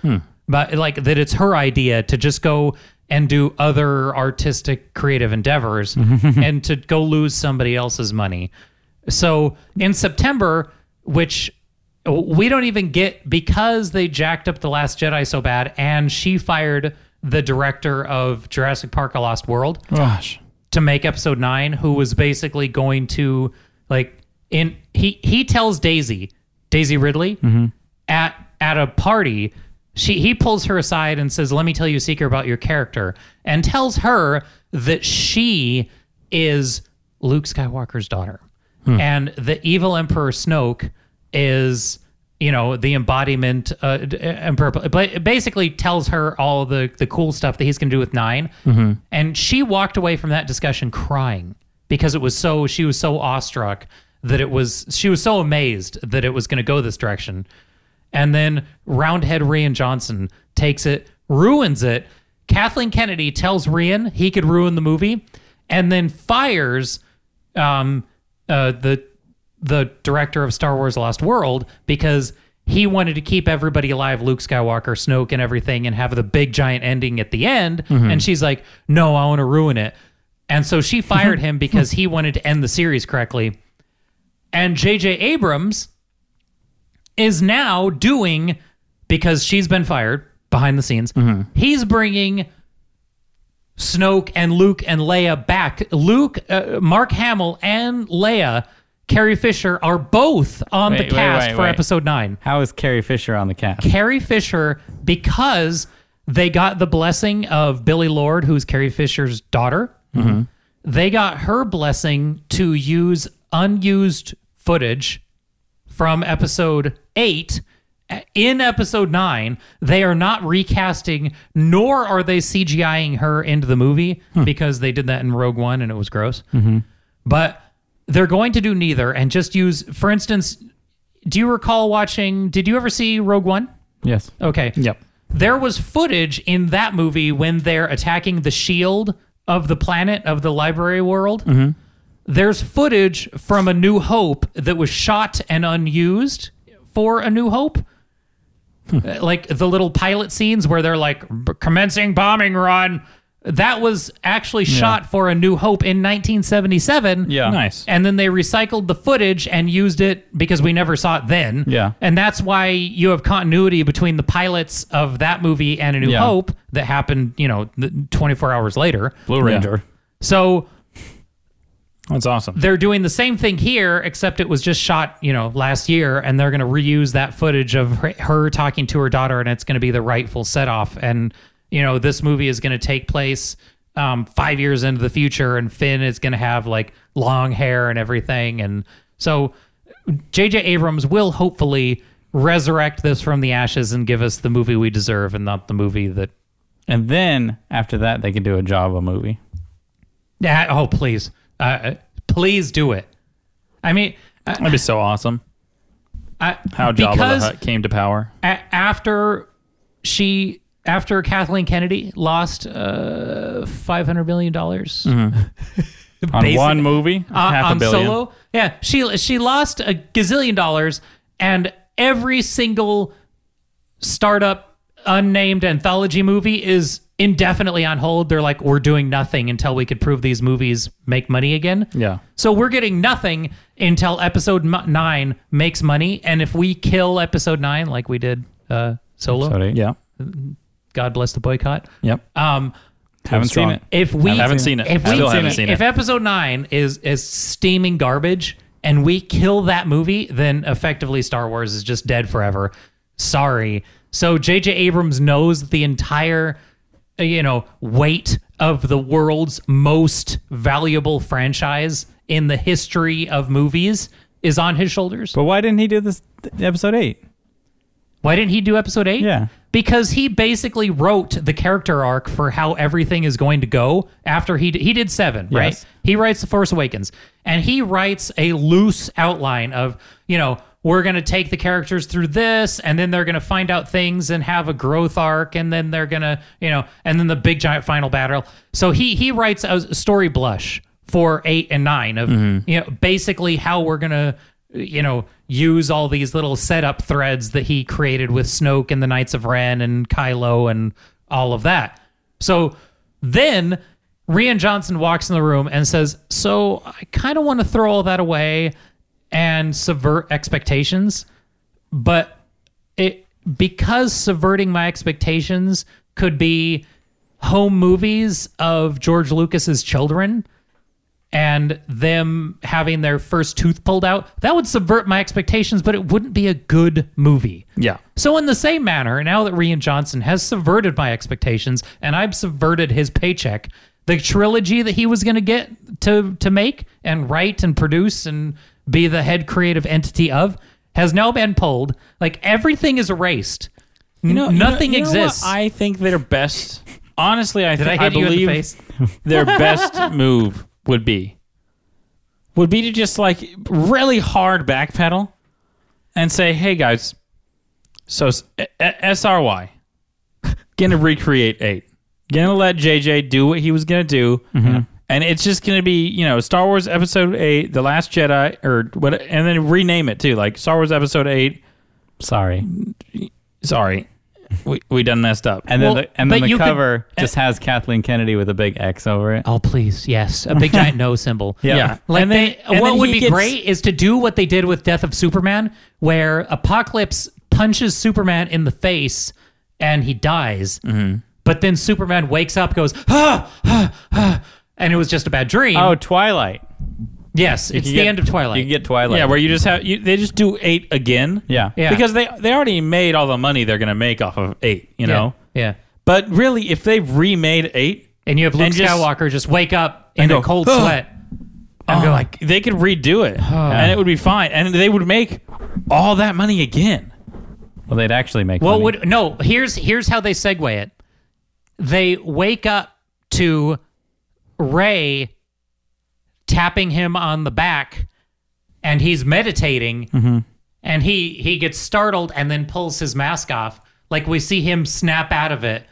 S2: but like that it's her idea to just go and do other artistic creative endeavors and to go lose somebody else's money. So in September, which we don't even get because they jacked up The Last Jedi so bad and she fired the director of Jurassic Park A Lost World
S1: Gosh.
S2: to make episode nine, who was basically going to like in he he tells Daisy, Daisy Ridley, at at a party, she he pulls her aside and says, "Let me tell you a secret about your character," and tells her that she is Luke Skywalker's daughter, and the evil Emperor Snoke is. You know the embodiment, uh, d- Emperor, but basically tells her all the the cool stuff that he's going to do with 9 and she walked away from that discussion crying because it was so she was so awestruck that it was she was so amazed that it was going to go this direction and then roundhead rian johnson takes it ruins it kathleen kennedy tells rian he could ruin the movie and then fires um, uh, the the director of Star Wars: Lost World because he wanted to keep everybody alive, Luke Skywalker, Snoke, and everything, and have the big giant ending at the end. And she's like, "No, I want to ruin it," and so she fired him because he wanted to end the series correctly. And J.J. Abrams is
S3: Mm-hmm.
S2: now doing because she's been fired behind the scenes. He's bringing Snoke and Luke and Leia back. Luke, uh, Mark Hamill, and Leia, Carrie Fisher are both on
S3: Wait,
S2: the
S3: wait,
S2: cast
S3: wait,
S2: for
S3: wait.
S2: Episode Nine.
S3: How is Carrie Fisher on the cast?
S2: Carrie Fisher because they got the blessing of Billy Lord, who's Carrie Fisher's daughter. They got her blessing to use unused footage from episode eight. In episode nine, they are not recasting, nor are they CGIing her into the movie because they did that in Rogue One and it was gross. But they're going to do neither and just use, for instance, do you recall watching? Did you ever see Rogue One?
S3: Yes.
S2: Okay.
S1: Yep.
S2: There was footage in that movie when they're attacking the shield of the planet of the library world. There's footage from A New Hope that was shot and unused for A New Hope. Uh, Like the little pilot scenes where they're like commencing bombing run. That was actually shot for A New Hope in 1977.
S3: Yeah.
S1: Nice.
S2: And then they recycled the footage and used it because we never saw it then.
S3: Yeah.
S2: And that's why you have continuity between the pilots of that movie and A New
S3: Yeah.
S2: Hope that happened, you know, th- 24 hours later.
S3: Blue Ranger.
S2: So
S1: That's awesome.
S2: they're doing the same thing here, except it was just shot, you know, last year, and they're going to reuse that footage of her- her talking to her daughter, and it's going to be the rightful set off. And, you know, this movie is going to take place um, five years into the future, and Finn is going to have like long hair and everything. And so J.J. Abrams will hopefully resurrect this from the ashes and give us the movie we deserve and not the movie that.
S3: And then after that, they could do a Java movie.
S2: Yeah, oh, please. Uh, please do it. I mean, I,
S1: That'd be so awesome.
S2: I,
S1: How Jabba
S2: because-
S1: the Hutt came to power.
S2: a- after she after Kathleen Kennedy lost uh, five hundred million dollars
S3: On
S2: Basic-
S3: one movie, Mm-hmm.
S1: uh,
S3: half
S2: on
S3: a billion.
S2: Solo. Yeah, she she lost a gazillion dollars, and every single startup unnamed anthology movie is indefinitely on hold. They're like, we're doing nothing until we could prove these movies make money again.
S1: Yeah.
S2: So we're getting nothing until episode m- nine makes money, and if we kill episode nine like we did uh, Solo,
S3: Sorry.
S1: Yeah.
S2: God bless the boycott.
S1: Yep.
S2: Um,
S3: Haven't
S1: Strong.
S3: seen it.
S2: if we
S1: Haven't seen it.
S2: if we
S1: Still haven't seen it.
S2: if episode nine is is steaming garbage and we kill that movie, then effectively Star Wars is just dead forever. Sorry. So J.J. Abrams knows the entire, uh, you know, weight of the world's most valuable franchise in the history of movies is on his shoulders.
S3: But why didn't he do this th- episode eight?
S2: Why didn't he do episode eight?
S3: Yeah.
S2: Because he basically wrote the character arc for how everything is going to go after he d- he did seven, right?
S3: Yes.
S2: He writes the Force Awakens, and he writes a loose outline of you know we're going to take the characters through this, and then they're going to find out things and have a growth arc, and then they're going to you know, and then the big giant final battle. So he he writes a story blush for eight and nine of you know basically how we're going to you know, use all these little setup threads that he created with Snoke and the Knights of Ren and Kylo and all of that. So then Rian Johnson walks in the room and says, So I kind of want to throw all that away and subvert expectations, but it because subverting my expectations could be home movies of George Lucas's children and them having their first tooth pulled out, that would subvert my expectations, but it wouldn't be a good movie.
S1: Yeah.
S2: So, in the same manner, now that Rian Johnson has subverted my expectations and I've subverted his paycheck, the trilogy that he was going to get to to make and write and produce and be the head creative entity of has now been pulled. Like everything is erased. You
S1: No,
S2: nothing
S1: you know- you know what?
S2: exists.
S1: I think their best. Honestly, I
S2: Did I
S1: think
S2: hit
S1: I,
S2: you in the
S1: believe
S2: face?
S1: [laughs] their best move would be would be to just like really hard backpedal and say, "Hey guys, so S- E- E- SRY gonna recreate eight, gonna let JJ do what he was gonna do." And it's just gonna be, you know, Star Wars Episode Eight, The Last Jedi, or what, and then rename it too, like Star Wars Episode Eight.
S3: Sorry.
S1: Sorry, we we done messed up.
S3: And then
S2: Well,
S3: the, and then
S2: but you
S3: the
S2: could-
S3: cover just has Kathleen Kennedy with a big X over it.
S2: Oh please, yes, a big
S1: [laughs]
S2: giant no symbol.
S3: Yeah.
S2: Like
S1: And
S2: they,
S1: then- and
S2: what
S1: then
S2: would
S1: he
S2: be
S1: gets-
S2: great is to do what they did with Death of Superman, where Apocalypse punches Superman in the face and he dies. But then Superman wakes up, goes, ah, ah, ah," and it was just a bad dream.
S3: Oh, Twilight.
S2: yes, it's
S3: You
S2: the
S3: get-
S2: end of
S3: You
S2: Twilight.
S3: can get Twilight.
S1: Yeah, where you just have you, they just do eight again.
S3: yeah.
S2: Yeah.
S1: Because they they already made all the money they're gonna make off of eight, you
S2: Yeah,
S1: know.
S2: yeah.
S1: But really, if they've remade eight,
S2: And you have Luke
S1: And just-
S2: Skywalker just wake up in
S1: And
S2: a
S1: go,
S2: cold
S1: "Ugh."
S2: sweat. I'm
S1: oh,
S2: going,
S1: like they could redo it,
S2: Oh.
S1: and it would be fine, and they would make all that money again.
S3: Well, they'd actually make.
S2: Well,
S3: money.
S2: would no? Here's here's how they segue it. They wake up to Ray tapping him on the back, and he's meditating, and he he gets startled and then pulls his mask off. Like we see him snap out of it,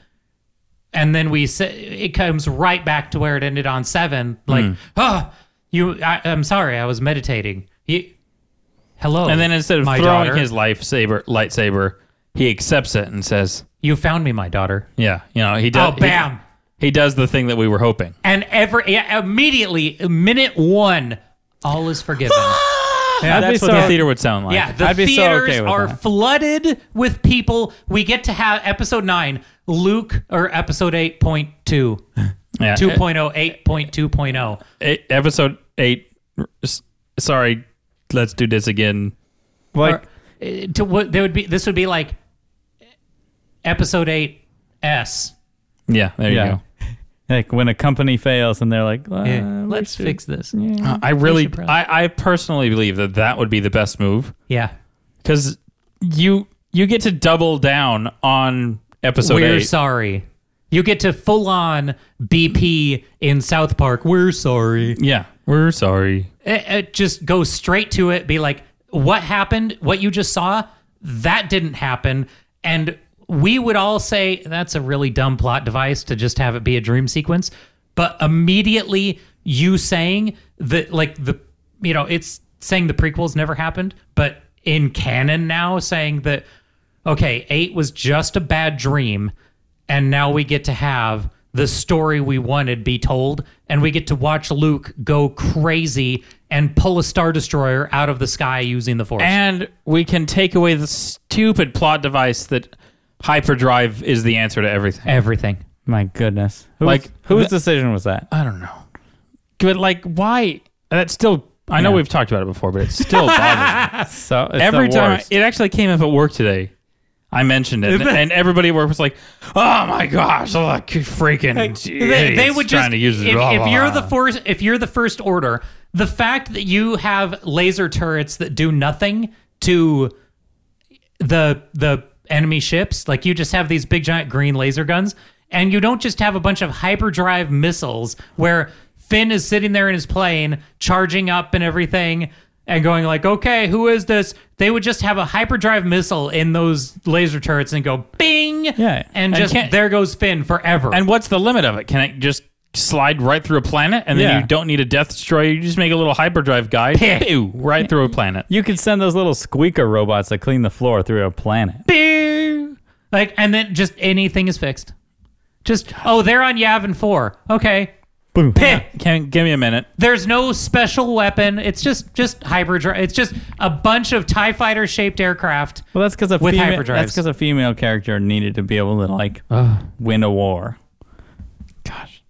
S2: and then we se- it comes right back to where it ended on seven. Like, oh, you, I, I'm sorry, I was meditating. He, hello,
S1: And then instead of
S2: my
S1: throwing
S2: daughter.
S1: his lifesaber lightsaber, he accepts it and says,
S2: you found me, my daughter.
S1: "Yeah, you know, he
S2: Oh,
S1: does.
S2: bam.
S1: He, he does the thing that we were hoping."
S2: and ever yeah, immediately minute one all is forgiven
S3: I'd be
S1: That's what
S3: so-
S1: the theater would sound like.
S2: yeah the
S3: I'd be so
S2: theaters
S3: okay with
S2: are
S3: that.
S2: flooded with people we get to have episode 9 luke or episode 8.2
S3: [laughs]
S1: yeah.
S2: 2.0 8.2.0
S1: Eight- episode eight. s- Sorry, let's do this again.
S3: like
S2: Or, uh, to what there would be this would be like episode 8 s
S1: Yeah, there you
S3: yeah.
S1: go.
S3: [laughs] Like when a company fails and they're like, uh, we
S2: Eh, let's
S3: should-
S2: fix this
S3: Yeah.
S1: I really,
S2: should probably-
S1: I, I personally believe that that would be the best move
S2: yeah
S1: because you you get to double down on episode
S2: we're
S1: eight.
S2: sorry you get to full on bp in south park we're sorry
S1: yeah, we're sorry.
S2: it, it just go straight to it be like what happened what you just saw that didn't happen and we would all say that's a really dumb plot device to just have it be a dream sequence but immediately you saying that like the you know it's saying the prequels never happened but in canon now saying that okay 8 was just a bad dream and now we get to have the story we wanted be told and we get to watch luke go crazy and pull a star destroyer out of the sky using the force
S1: And we can take away the stupid plot device that hyperdrive is the answer to everything.
S2: everything
S3: My goodness. Who's,
S1: Like,
S3: like whose decision was that?
S2: Uh,
S1: I don't know, but like, why? That's still. I know
S3: Yeah.
S1: we've talked about it before, but
S2: [laughs]
S1: it still bothers me.
S3: So it's
S1: every
S3: the
S1: time
S3: worst.
S1: it actually came up at work today. I mentioned it, and, and everybody at work was like, "Oh my gosh, oh, that kid freaking!"
S2: they, they
S1: idiots
S2: would
S1: trying
S2: just
S1: to use it,
S2: if,
S1: blah,
S2: if
S1: blah,
S2: you're
S1: blah."
S2: the force if you're the first order the fact that you have laser turrets that do nothing to the the enemy ships like you just have these big giant green laser guns and you don't just have a bunch of hyperdrive missiles where Finn is sitting there in his plane charging up and everything and going like okay who is this they would just have a hyperdrive missile in those laser turrets and go bing
S3: Yeah.
S2: and
S1: And
S2: just
S1: can't-
S2: there goes Finn forever
S1: And what's the limit of it? Can it just slide right through a planet, and then
S3: Yeah.
S1: you don't need a Death Destroyer? You just make a little hyperdrive guy, pew, right through a planet.
S3: you could send those little squeaker robots that clean the floor through a planet.
S2: Boo. Like, and then just anything is fixed. Just, oh, they're on Yavin 4. Okay.
S3: Boom.
S2: Peh.
S1: Can give me a minute?
S2: There's no special weapon. It's just, just hyperdrive. It's just a bunch of TIE fighter shaped aircraft.
S3: Well, that's because a
S2: With
S3: female.
S2: hyperdrives.
S3: That's because a female character needed to be able to like win a war.
S1: Gosh,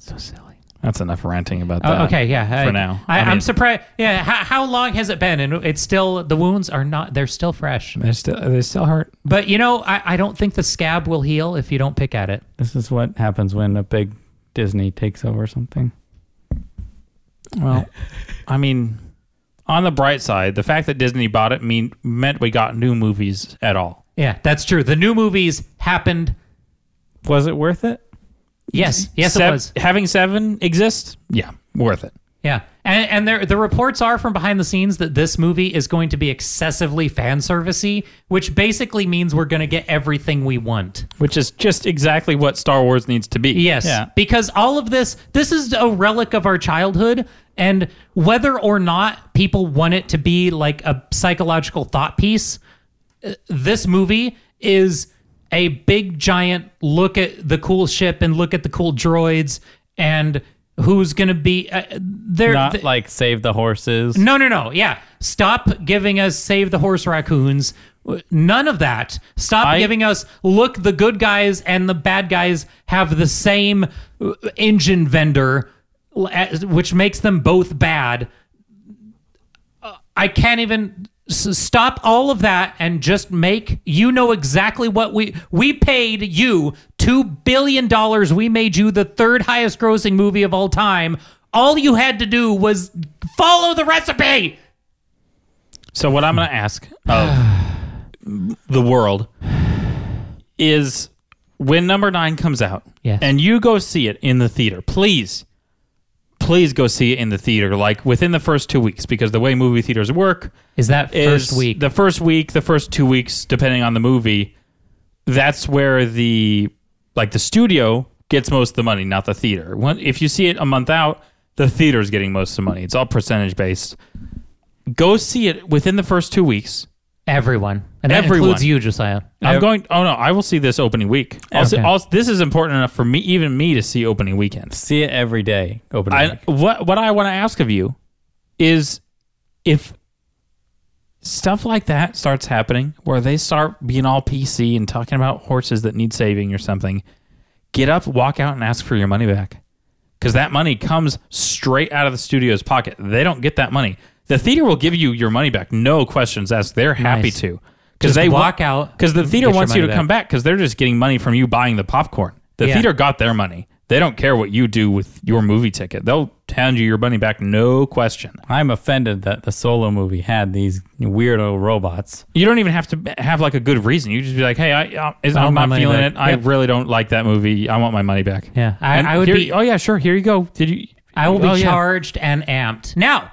S2: So silly.
S1: that's enough ranting about that.
S2: Oh, okay, yeah. I,
S1: for now.
S2: I,
S1: I
S2: am
S1: mean-
S2: surprised. Yeah, how, how long has it been? And it's still the wounds are not. They're still fresh.
S1: they still they still hurt.
S2: But you know, I, I don't think the scab will heal if you don't pick at it.
S3: This is what happens when a big Disney takes over something.
S1: Well, I mean, on the bright side, the fact that Disney bought it mean meant we got new movies at all.
S2: Yeah, that's true. The new movies happened.
S3: Was it worth it?
S2: Yes, yes, it
S1: Sev-
S2: was.
S1: Having seven exist, yeah, worth it.
S2: Yeah, and and there, the reports are from behind the scenes that this movie is going to be excessively fan servicey, which basically means we're going to get everything we want.
S1: Which is just exactly what Star Wars needs to be.
S2: Yes,
S3: Yeah.
S2: because all of this this is a relic of our childhood, and whether or not people want it to be like a psychological thought piece, uh, this movie is a big giant look at the cool ship and look at the cool droids and who's going to be uh, there.
S3: Not like save the horses.
S2: No, no, no. Yeah. Stop giving us Save the Horse Raccoons None of that. Stop
S1: I-
S2: giving us look. The good guys and the bad guys have the same uh, engine vendor, l- as- which makes them both bad. Uh, I can't even s- stop all of that and just make you know exactly what we we paid you two billion dollars. We made you the third highest grossing movie of all time. All you had to do was follow the recipe.
S1: So what I'm going to ask of the world is when number 9 comes out
S2: Yes.
S1: and you go see it in the theater, please please go see it in the theater like within the first 2 weeks because the way movie theaters work
S2: Is that
S1: is
S2: first week?
S1: the first week, the first 2 weeks depending on the movie, that's where the like the studio gets most of the money, not the theater. When, if you see it a month out, the theater's getting most of the money. It's all percentage based. Go see it within the first 2 weeks.
S2: Everyone. And that
S1: Everyone.
S2: includes you, Josiah.
S1: I'm
S3: Ev-
S1: going. Oh no, I will see this opening week. I'll see,
S2: Okay.
S1: I'll, this is important enough for me, even me, to see opening weekends.
S3: See it every day. Open
S1: I what what I want to ask of you is if stuff like that starts happening, where they start being all PC and talking about horses that need saving or something, get up, walk out, and ask for your money back, because that money comes straight out of the studio's pocket. They don't get that money. The theater will give you your money back, no questions asked. They're happy
S2: Nice.
S1: to. Because
S2: Just
S1: they
S2: walk
S1: wa-
S2: out,
S1: because the theater
S2: get your
S1: wants you to
S2: money
S1: come back because they're just getting money from you buying the popcorn. The
S2: Yeah.
S1: theater got their money. They don't care what you do with your movie ticket. They'll hand you your money back, no question.
S3: I'm offended that the solo movie had these weirdo robots.
S1: You don't even have to b- have like a good reason. You just be like, "Hey, I, I,
S2: I
S1: I'm
S2: want my
S1: not
S2: money
S1: feeling
S2: back.
S1: it. I
S2: Yeah.
S1: really don't like that movie. I want my money back."
S2: Yeah. I,
S1: And
S2: I would
S1: here-
S2: be
S1: Oh yeah, sure. Here you go. Did you?
S2: I will be
S1: oh, yeah.
S2: charged and amped. Now,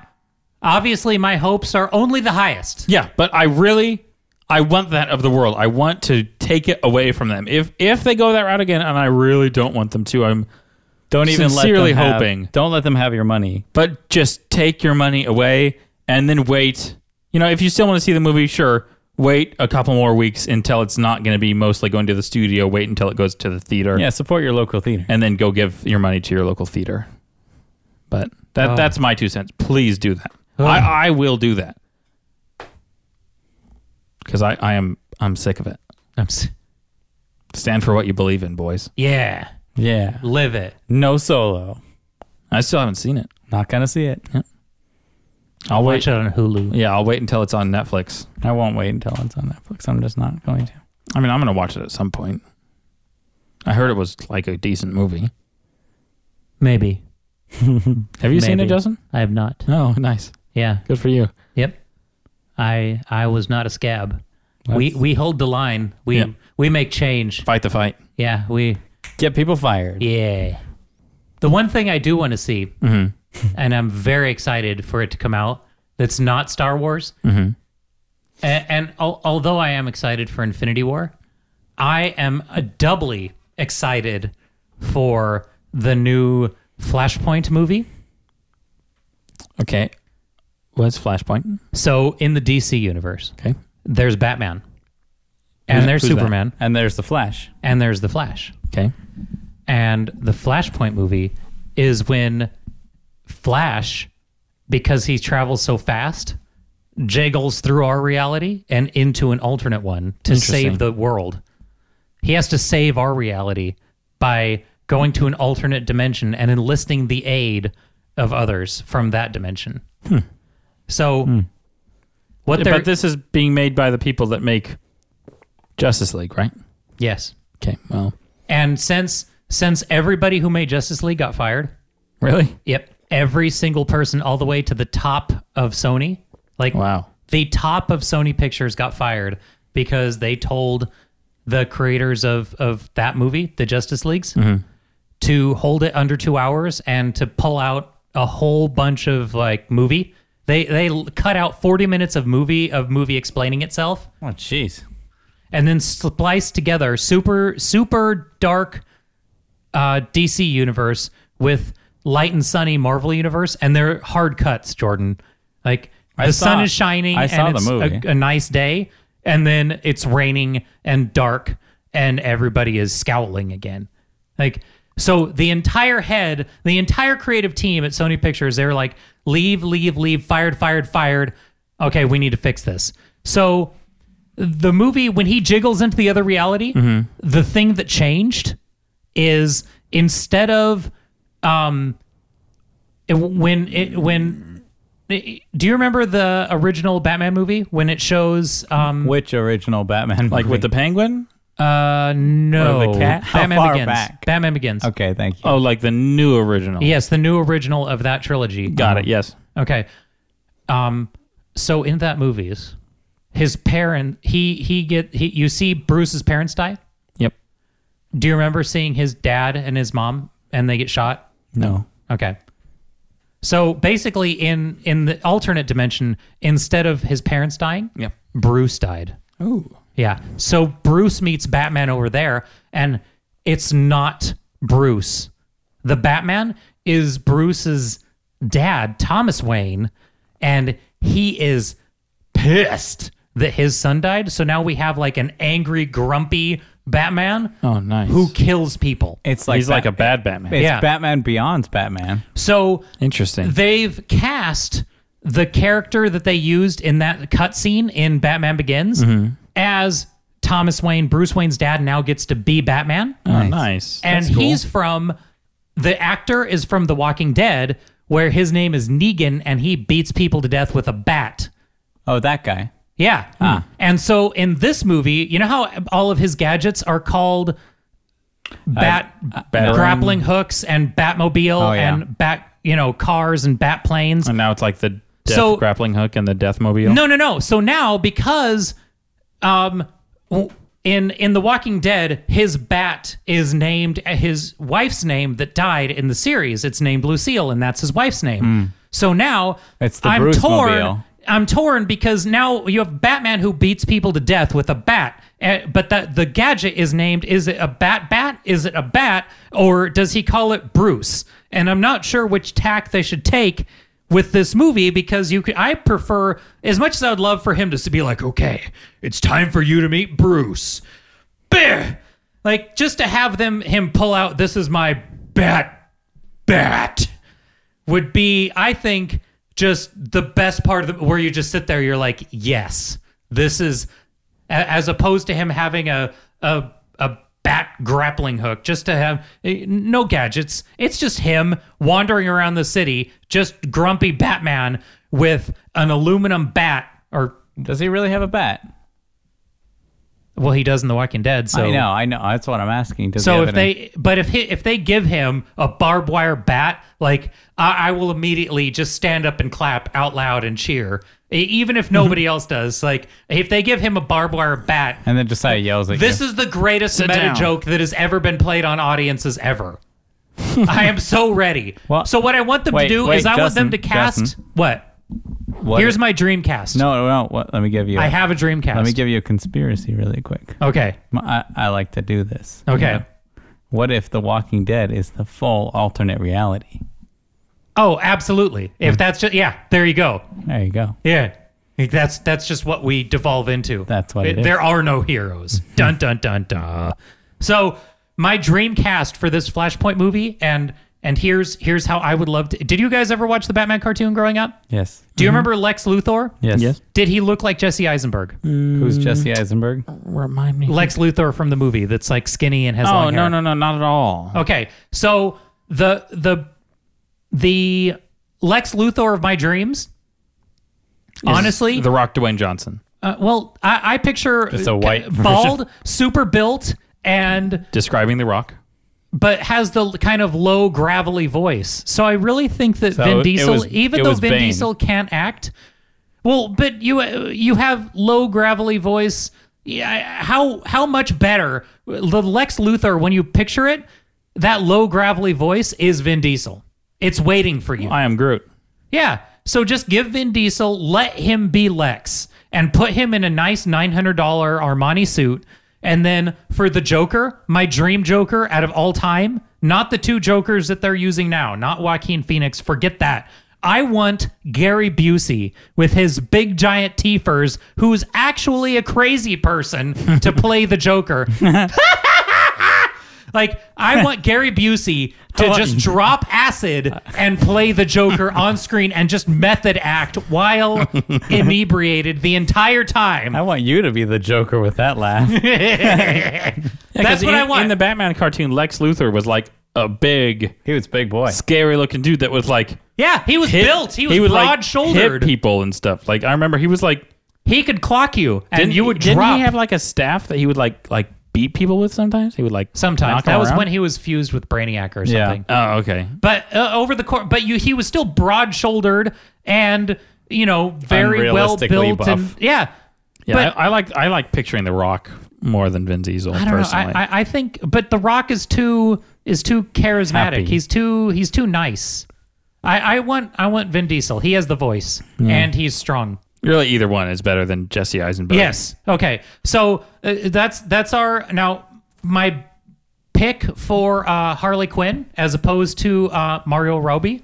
S2: obviously my hopes are only the highest.
S1: Yeah, but I really I want that of the world. I want to take it away from them. If if they go that route again, and I really don't want them to, I'm
S3: Don't even
S1: Sincerely
S3: let them have-
S1: hoping.
S3: Don't let them have your money.
S1: but just take your money away and then wait. You know, if you still want to see the movie, sure, wait a couple more weeks until it's not going to be mostly going to the studio. Wait until it goes to the theater,
S3: Yeah, support your local theater.
S1: and then go give your money to your local theater. But that
S2: Oh.
S1: that's my two cents. Please do that. I, I will do that because I, I am I'm sick of it.
S2: I'm s-
S1: Stand for what you believe in, boys.
S2: Yeah.
S3: Yeah,
S2: Live it.
S3: no solo.
S1: I still haven't seen it.
S3: Not gonna see it.
S1: I'll wait.
S2: Watch it on Hulu.
S1: Yeah, I'll wait until it's on Netflix.
S3: I won't wait until it's on Netflix. I'm just not going to.
S1: I mean, I'm gonna watch it at some point. I heard it was like a decent movie.
S2: Maybe.
S1: Have you seen it,
S2: Maybe.
S1: Justin?
S2: I have not.
S1: Oh, nice.
S2: Yeah.
S1: Good for you.
S2: Yep. I I was not a scab. we
S3: That's-
S2: we hold the line. We
S1: Yeah.
S2: we make change.
S1: Fight the fight.
S2: Yeah, we
S3: Get people fired.
S2: Yeah. The one thing I do want to see,
S1: Mm-hmm.
S2: and I'm very excited for it to come out, that's not Star Wars. Mm-hmm. And, al- although I am excited for Infinity War, I am uh, doubly excited for the new Flashpoint movie.
S1: Okay. What's Flashpoint?
S2: So, in the DC universe,
S1: Okay.
S2: there's Batman, and
S1: Who's-
S2: there's
S1: who's that?
S2: Superman,
S3: And there's the Flash.
S2: and there's the Flash.
S1: Okay.
S2: and the Flashpoint movie is when Flash, because he travels so fast, jiggles through our reality and into an alternate one to
S1: Interesting.
S2: save the world. He has to save our reality by going to an alternate dimension and enlisting the aid of others from that dimension. So, what they're
S1: Hmm. but this is being made by the people that make Justice League, right?
S2: yes,
S1: Okay. Well,
S2: and since since everybody who made Justice League got fired,
S1: really?
S2: Yep. Every single person, all the way to the top of Sony. Like,
S1: Wow.
S2: the top of Sony Pictures got fired because they told the creators of, of that movie, the Justice Leagues, to hold it under two hours and to pull out a whole bunch of like movie. They they l- cut out forty minutes of movie of movie explaining itself
S3: Oh, jeez.
S2: and then spliced together super super dark uh, DC universe with light and sunny Marvel universe, and they're hard cuts, Jordan. Like the
S3: saw-
S2: sun is shining,
S3: I saw
S2: and
S3: the
S2: it's
S3: movie.
S2: A, a nice day, and then it's raining and dark, and everybody is scowling again. Like so, the entire head, the entire creative team at Sony Pictures, they were like, leave, leave, leave, fired, fired, fired. Okay, we need to fix this. So the movie when he jiggles into the other reality,
S3: Mm-hmm.
S2: the thing that changed is instead of um it- when it when do you remember the original Batman movie when it shows um
S3: Which original Batman?
S1: Like with the penguin?
S2: uh no
S3: Or the cat? How
S2: Batman
S3: far
S2: Begins
S3: back?
S2: Batman Begins
S3: Okay, thank you.
S1: Oh, like the new original. Oh.
S2: yes the new original of that trilogy
S1: Got it. Yes.
S2: Okay. Um so in that movies his parent he he get he you see Bruce's parents die?
S1: Yep.
S2: Do you remember seeing his dad and his mom and they get shot?
S1: No.
S2: Okay. So basically in in the alternate dimension instead of his parents dying,
S1: Yep.
S2: Bruce died.
S1: Ooh.
S2: Yeah. So Bruce meets Batman over there, and it's not Bruce. The Batman is Bruce's dad, Thomas Wayne, and he is pissed that his son died. So now we have like an angry, grumpy Batman
S1: Oh, nice.
S2: who kills people.
S3: It's like
S1: He's like a bad
S3: Bat-
S1: Batman.
S3: It's
S2: Yeah.
S3: Batman Beyond's Batman.
S2: So
S1: Interesting.
S2: they've cast the character that they used in that cutscene in Batman Begins
S1: Mm-hmm.
S2: as Thomas Wayne, Bruce Wayne's dad, now gets to be Batman.
S1: Oh, nice.
S2: and
S1: That's cool.
S2: he's from the actor is from The Walking Dead, where his name is Negan and he beats people to death with a bat.
S3: Oh, that guy.
S2: Yeah.
S3: Hmm.
S2: Ah. And so in this movie, you know how all of his gadgets are called
S3: Uh,
S2: bat uh,
S1: Batarang.
S2: grappling hooks and batmobile
S3: Oh, yeah.
S2: and bat, you know, cars and bat planes.
S1: And now it's like the death
S2: So-
S1: grappling hook and the death mobile.
S2: No, no, no. So now because um w- in in The Walking Dead, his bat is named uh, his wife's name that died in the series. It's named Lucille and that's his wife's name. So now
S3: Hmm. It's the
S2: I'm
S3: Bruce
S2: torn.
S3: mobile.
S2: I'm torn because now you have Batman who beats people to death with a bat. eh, But the the gadget is named is it a bat bat? Is it a bat or does he call it Bruce? And I'm not sure which tack they should take with this movie because you could, I prefer as much as I would love for him to be like, "Okay, it's time for you to meet Bruce." Bah! Like just to have them him pull out this is my bat bat would be, I think, just the best part of the where you just sit there. You're like, yes, this is, a- as opposed to him having a a a bat grappling hook just to have eh, no gadgets. It's just him wandering around the city, just grumpy Batman with an aluminum bat. Or
S3: Does he really have a bat?
S2: well, he does in The Walking Dead. So
S3: I know, I know. That's what I'm asking. Does he
S2: So
S3: have
S2: if
S3: any-
S2: they, but if he, if they give him a barbed wire bat, like I, I will immediately just stand up and clap out loud and cheer, E- even
S3: Mm-hmm.
S2: if nobody else does. Like if they give him a barbed wire
S3: [laughs]
S2: bat,
S3: and then Josiah yells at
S2: this
S3: you.
S2: is the greatest meta
S1: down.
S2: joke that has ever been played on audiences
S3: [laughs]
S2: ever. I am so ready.
S3: Well-
S2: so what I want them
S3: wait,
S2: to do
S3: wait,
S2: is I want them to
S3: Justin,
S2: cast
S3: Justin.
S2: what?
S3: What-
S2: Here's my dream cast.
S3: no, no. no what, let me give you.
S2: I have a dream cast.
S3: Let me give you a conspiracy really quick.
S2: Okay.
S3: I, I like to do this.
S2: Okay.
S3: What if The Walking Dead is the full alternate reality?
S2: Oh, absolutely.
S3: Mm-hmm.
S2: If that's just yeah, there you go.
S3: There you go.
S2: Yeah. Like, That's that's just what we devolve into.
S3: That's what it is.
S2: There are no
S3: [laughs]
S2: heroes. dun dun dun dun. So my dream cast for this Flashpoint movie, and and here's here's how I would love to. Did you guys ever watch the Batman cartoon growing up?
S3: Yes.
S2: Do you remember Lex Luthor?
S3: Mm-hmm. Yes. Mm-hmm.
S1: Yes.
S2: Did he look like Jesse Eisenberg?
S3: Who's Jesse Eisenberg?
S1: Remind me.
S2: Lex Luthor from the movie that's like skinny and has
S1: oh
S2: long hair.
S1: no no no not at all.
S2: Okay, so the the the Lex Luthor of my dreams. Honestly,
S1: The Rock Dwayne Johnson.
S2: Uh, well, I, I picture
S3: Just a
S2: [laughs]
S3: white
S2: bald, super built, and
S1: Describing The Rock.
S2: but has the kind of low gravelly voice. So I really think that
S3: So
S2: Vin
S3: it
S2: Diesel,
S3: was-
S2: even
S3: it
S2: though
S3: was
S2: Vin
S3: Bane.
S2: Diesel can't act, well, but you uh, you have low gravelly voice. Yeah, how how much better the Lex Luthor when you picture it? That low gravelly voice is Vin Diesel. It's waiting for you.
S1: I am Groot.
S2: Yeah. So just give Vin Diesel, let him be Lex, and put him in a nice $900 Armani suit. And then for the Joker, my dream Joker out of all time, not the two Jokers that they're using now, not Joaquin Phoenix, forget that. I want Gary Busey with his big giant teefers, who's actually a crazy person, to play the Joker. [laughs] Like I want Gary Busey to
S3: want-
S2: just drop acid and play the
S1: [laughs]
S2: Joker on screen and just method act while inebriated the entire time. [laughs]
S3: I want you to be the Joker with that laugh.
S2: That's
S1: 'Cause
S2: what
S1: in,
S2: I want.
S1: In the Batman cartoon, Lex Luthor was like a big,
S3: he was big boy.
S1: scary looking dude that was like
S2: yeah, he was
S1: hit-
S2: built. He was
S1: would, like,
S2: broad shouldered.
S1: hit people and stuff. Like I remember, he was like,
S2: he could clock you, and
S1: didn't
S2: you would
S1: didn't
S2: drop.
S1: he have like a staff that he would like like beat people with sometimes? He would like
S2: Sometimes
S1: knock 'em
S2: that was
S1: around?
S2: when he was fused with Brainiac or
S3: Yeah.
S2: something.
S1: Oh, okay.
S2: But uh, over the course, but you, he was still broad shouldered and you know very well
S3: Unrealistically
S2: built
S3: buff.
S2: and yeah.
S1: Yeah,
S2: But-
S1: I, I like I like picturing The Rock more than Vin Diesel
S2: I don't
S1: personally.
S2: know. I, I, I think, but The Rock is too is too charismatic.
S1: Happy.
S2: He's too he's too nice. I, I want I want Vin Diesel. He has the voice and he's strong.
S1: really, either one is better than Jesse Eisenberg.
S2: Yes. Okay. So uh, that's that's our now my pick for uh, Harley Quinn as opposed to uh, Mario Roby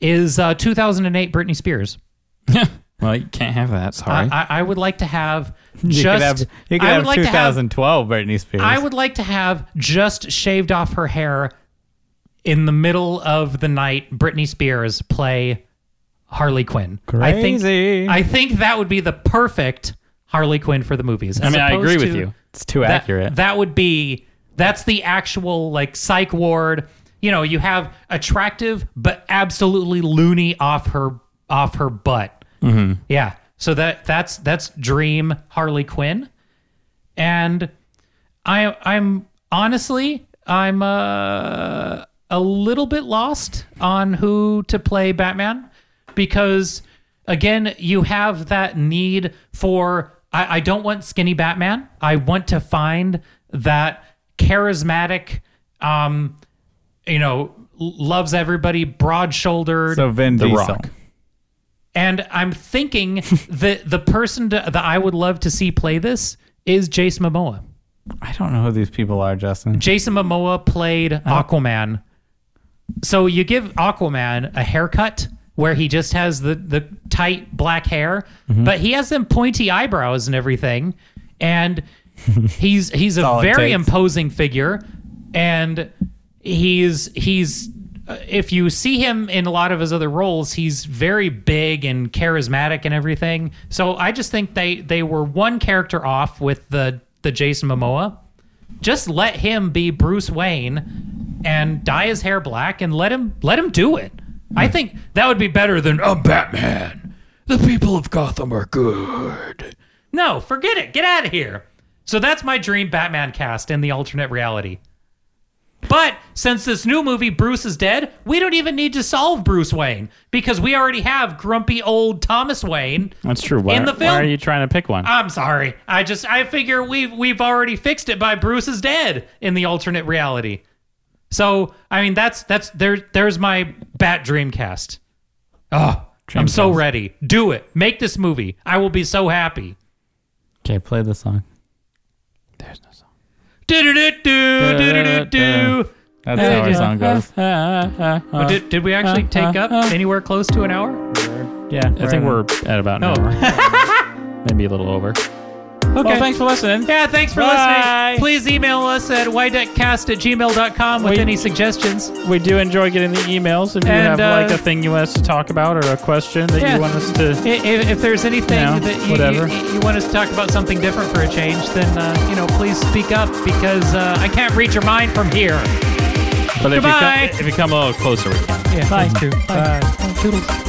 S2: is uh, 2008 Britney Spears.
S1: well, you can't have that. Sorry.
S2: I, I would like to have
S3: You
S2: just
S3: could have, you could
S2: I would
S3: have
S2: like to have
S3: 2012 Britney Spears.
S2: I would like to have just shaved off her hair in the middle of the night. Britney Spears play Harley Quinn. I
S3: Crazy.
S2: think I think that would be the perfect Harley Quinn for the movies.
S1: I mean, I agree with you.
S3: it's too
S2: That,
S3: accurate.
S2: That would be that's the actual like psych ward. You know, you have attractive but absolutely loony off her off her butt.
S3: Mm-hmm.
S2: Yeah. So that that's that's dream Harley Quinn, and I I'm honestly I'm uh, a little bit lost on who to play Batman because again you have that need for I, I don't want skinny Batman I want to find that charismatic um you know l- loves everybody broad shouldered
S3: so Vin
S1: The
S3: Diesel.
S1: Rock.
S2: and I'm thinking [laughs] that the person to, that I would love to see play this is Jason Momoa.
S3: I don't know who these people are, Justin.
S2: Um, Jason Momoa played Aquaman. So you give Aquaman a haircut where he just has the, the tight black hair, but he has them pointy eyebrows and everything. And he's he's a
S3: all it
S2: very
S3: takes.
S2: imposing figure. And he's he's uh, if you see him in a lot of his other roles, he's very big and charismatic and everything. So I just think they they were one character off with the the Jason Momoa just let him be Bruce Wayne and dye his hair black and let him let him do it. I think that would be better than I'm Batman. The people of Gotham are good. No, forget it. Get out of here. So that's my dream Batman cast in the alternate reality. But since this new movie Bruce is dead, we don't even need to solve Bruce Wayne because we already have grumpy old Thomas Wayne.
S1: That's true. Why,
S2: In the
S1: why
S2: film-
S1: are you trying to pick one?
S2: I'm sorry. I just I figure we've we've already fixed it by Bruce is dead in the alternate reality. So I mean that's that's there there's my bat dreamcast. Oh, I'm so ready. Do it. Make this movie. I will be so happy.
S3: Okay, play the song.
S1: There's no song.
S2: Do-do-do-do, do-do-do-do.
S3: That's how our
S2: [laughs]
S3: song goes.
S2: Oh, Did, did we actually take up anywhere close to an hour?
S3: Yeah,
S1: I think we're at about an
S2: Oh. [laughs]
S1: hour. maybe a little over.
S2: Okay.
S1: Well, thanks for listening.
S2: Yeah, thanks for
S1: Bye.
S2: listening. Please email us at ydeckcast at gmail.com with
S1: We-
S2: any suggestions.
S1: We do enjoy getting the emails. If you
S2: And,
S1: have like
S2: uh,
S1: a thing you want us to talk about or a question that
S2: Yeah.
S1: you want us to,
S2: I- If, if there's anything
S1: No,
S2: that you-
S1: whatever.
S2: you, you, want us to talk about something different for a change, then uh, you know, please speak up because uh, I can't read your mind from here.
S1: but if you,
S2: Goodbye.
S1: come, if you come a little closer, we can.
S2: Yeah,
S3: Bye.
S2: that's true. Bye. Toodles.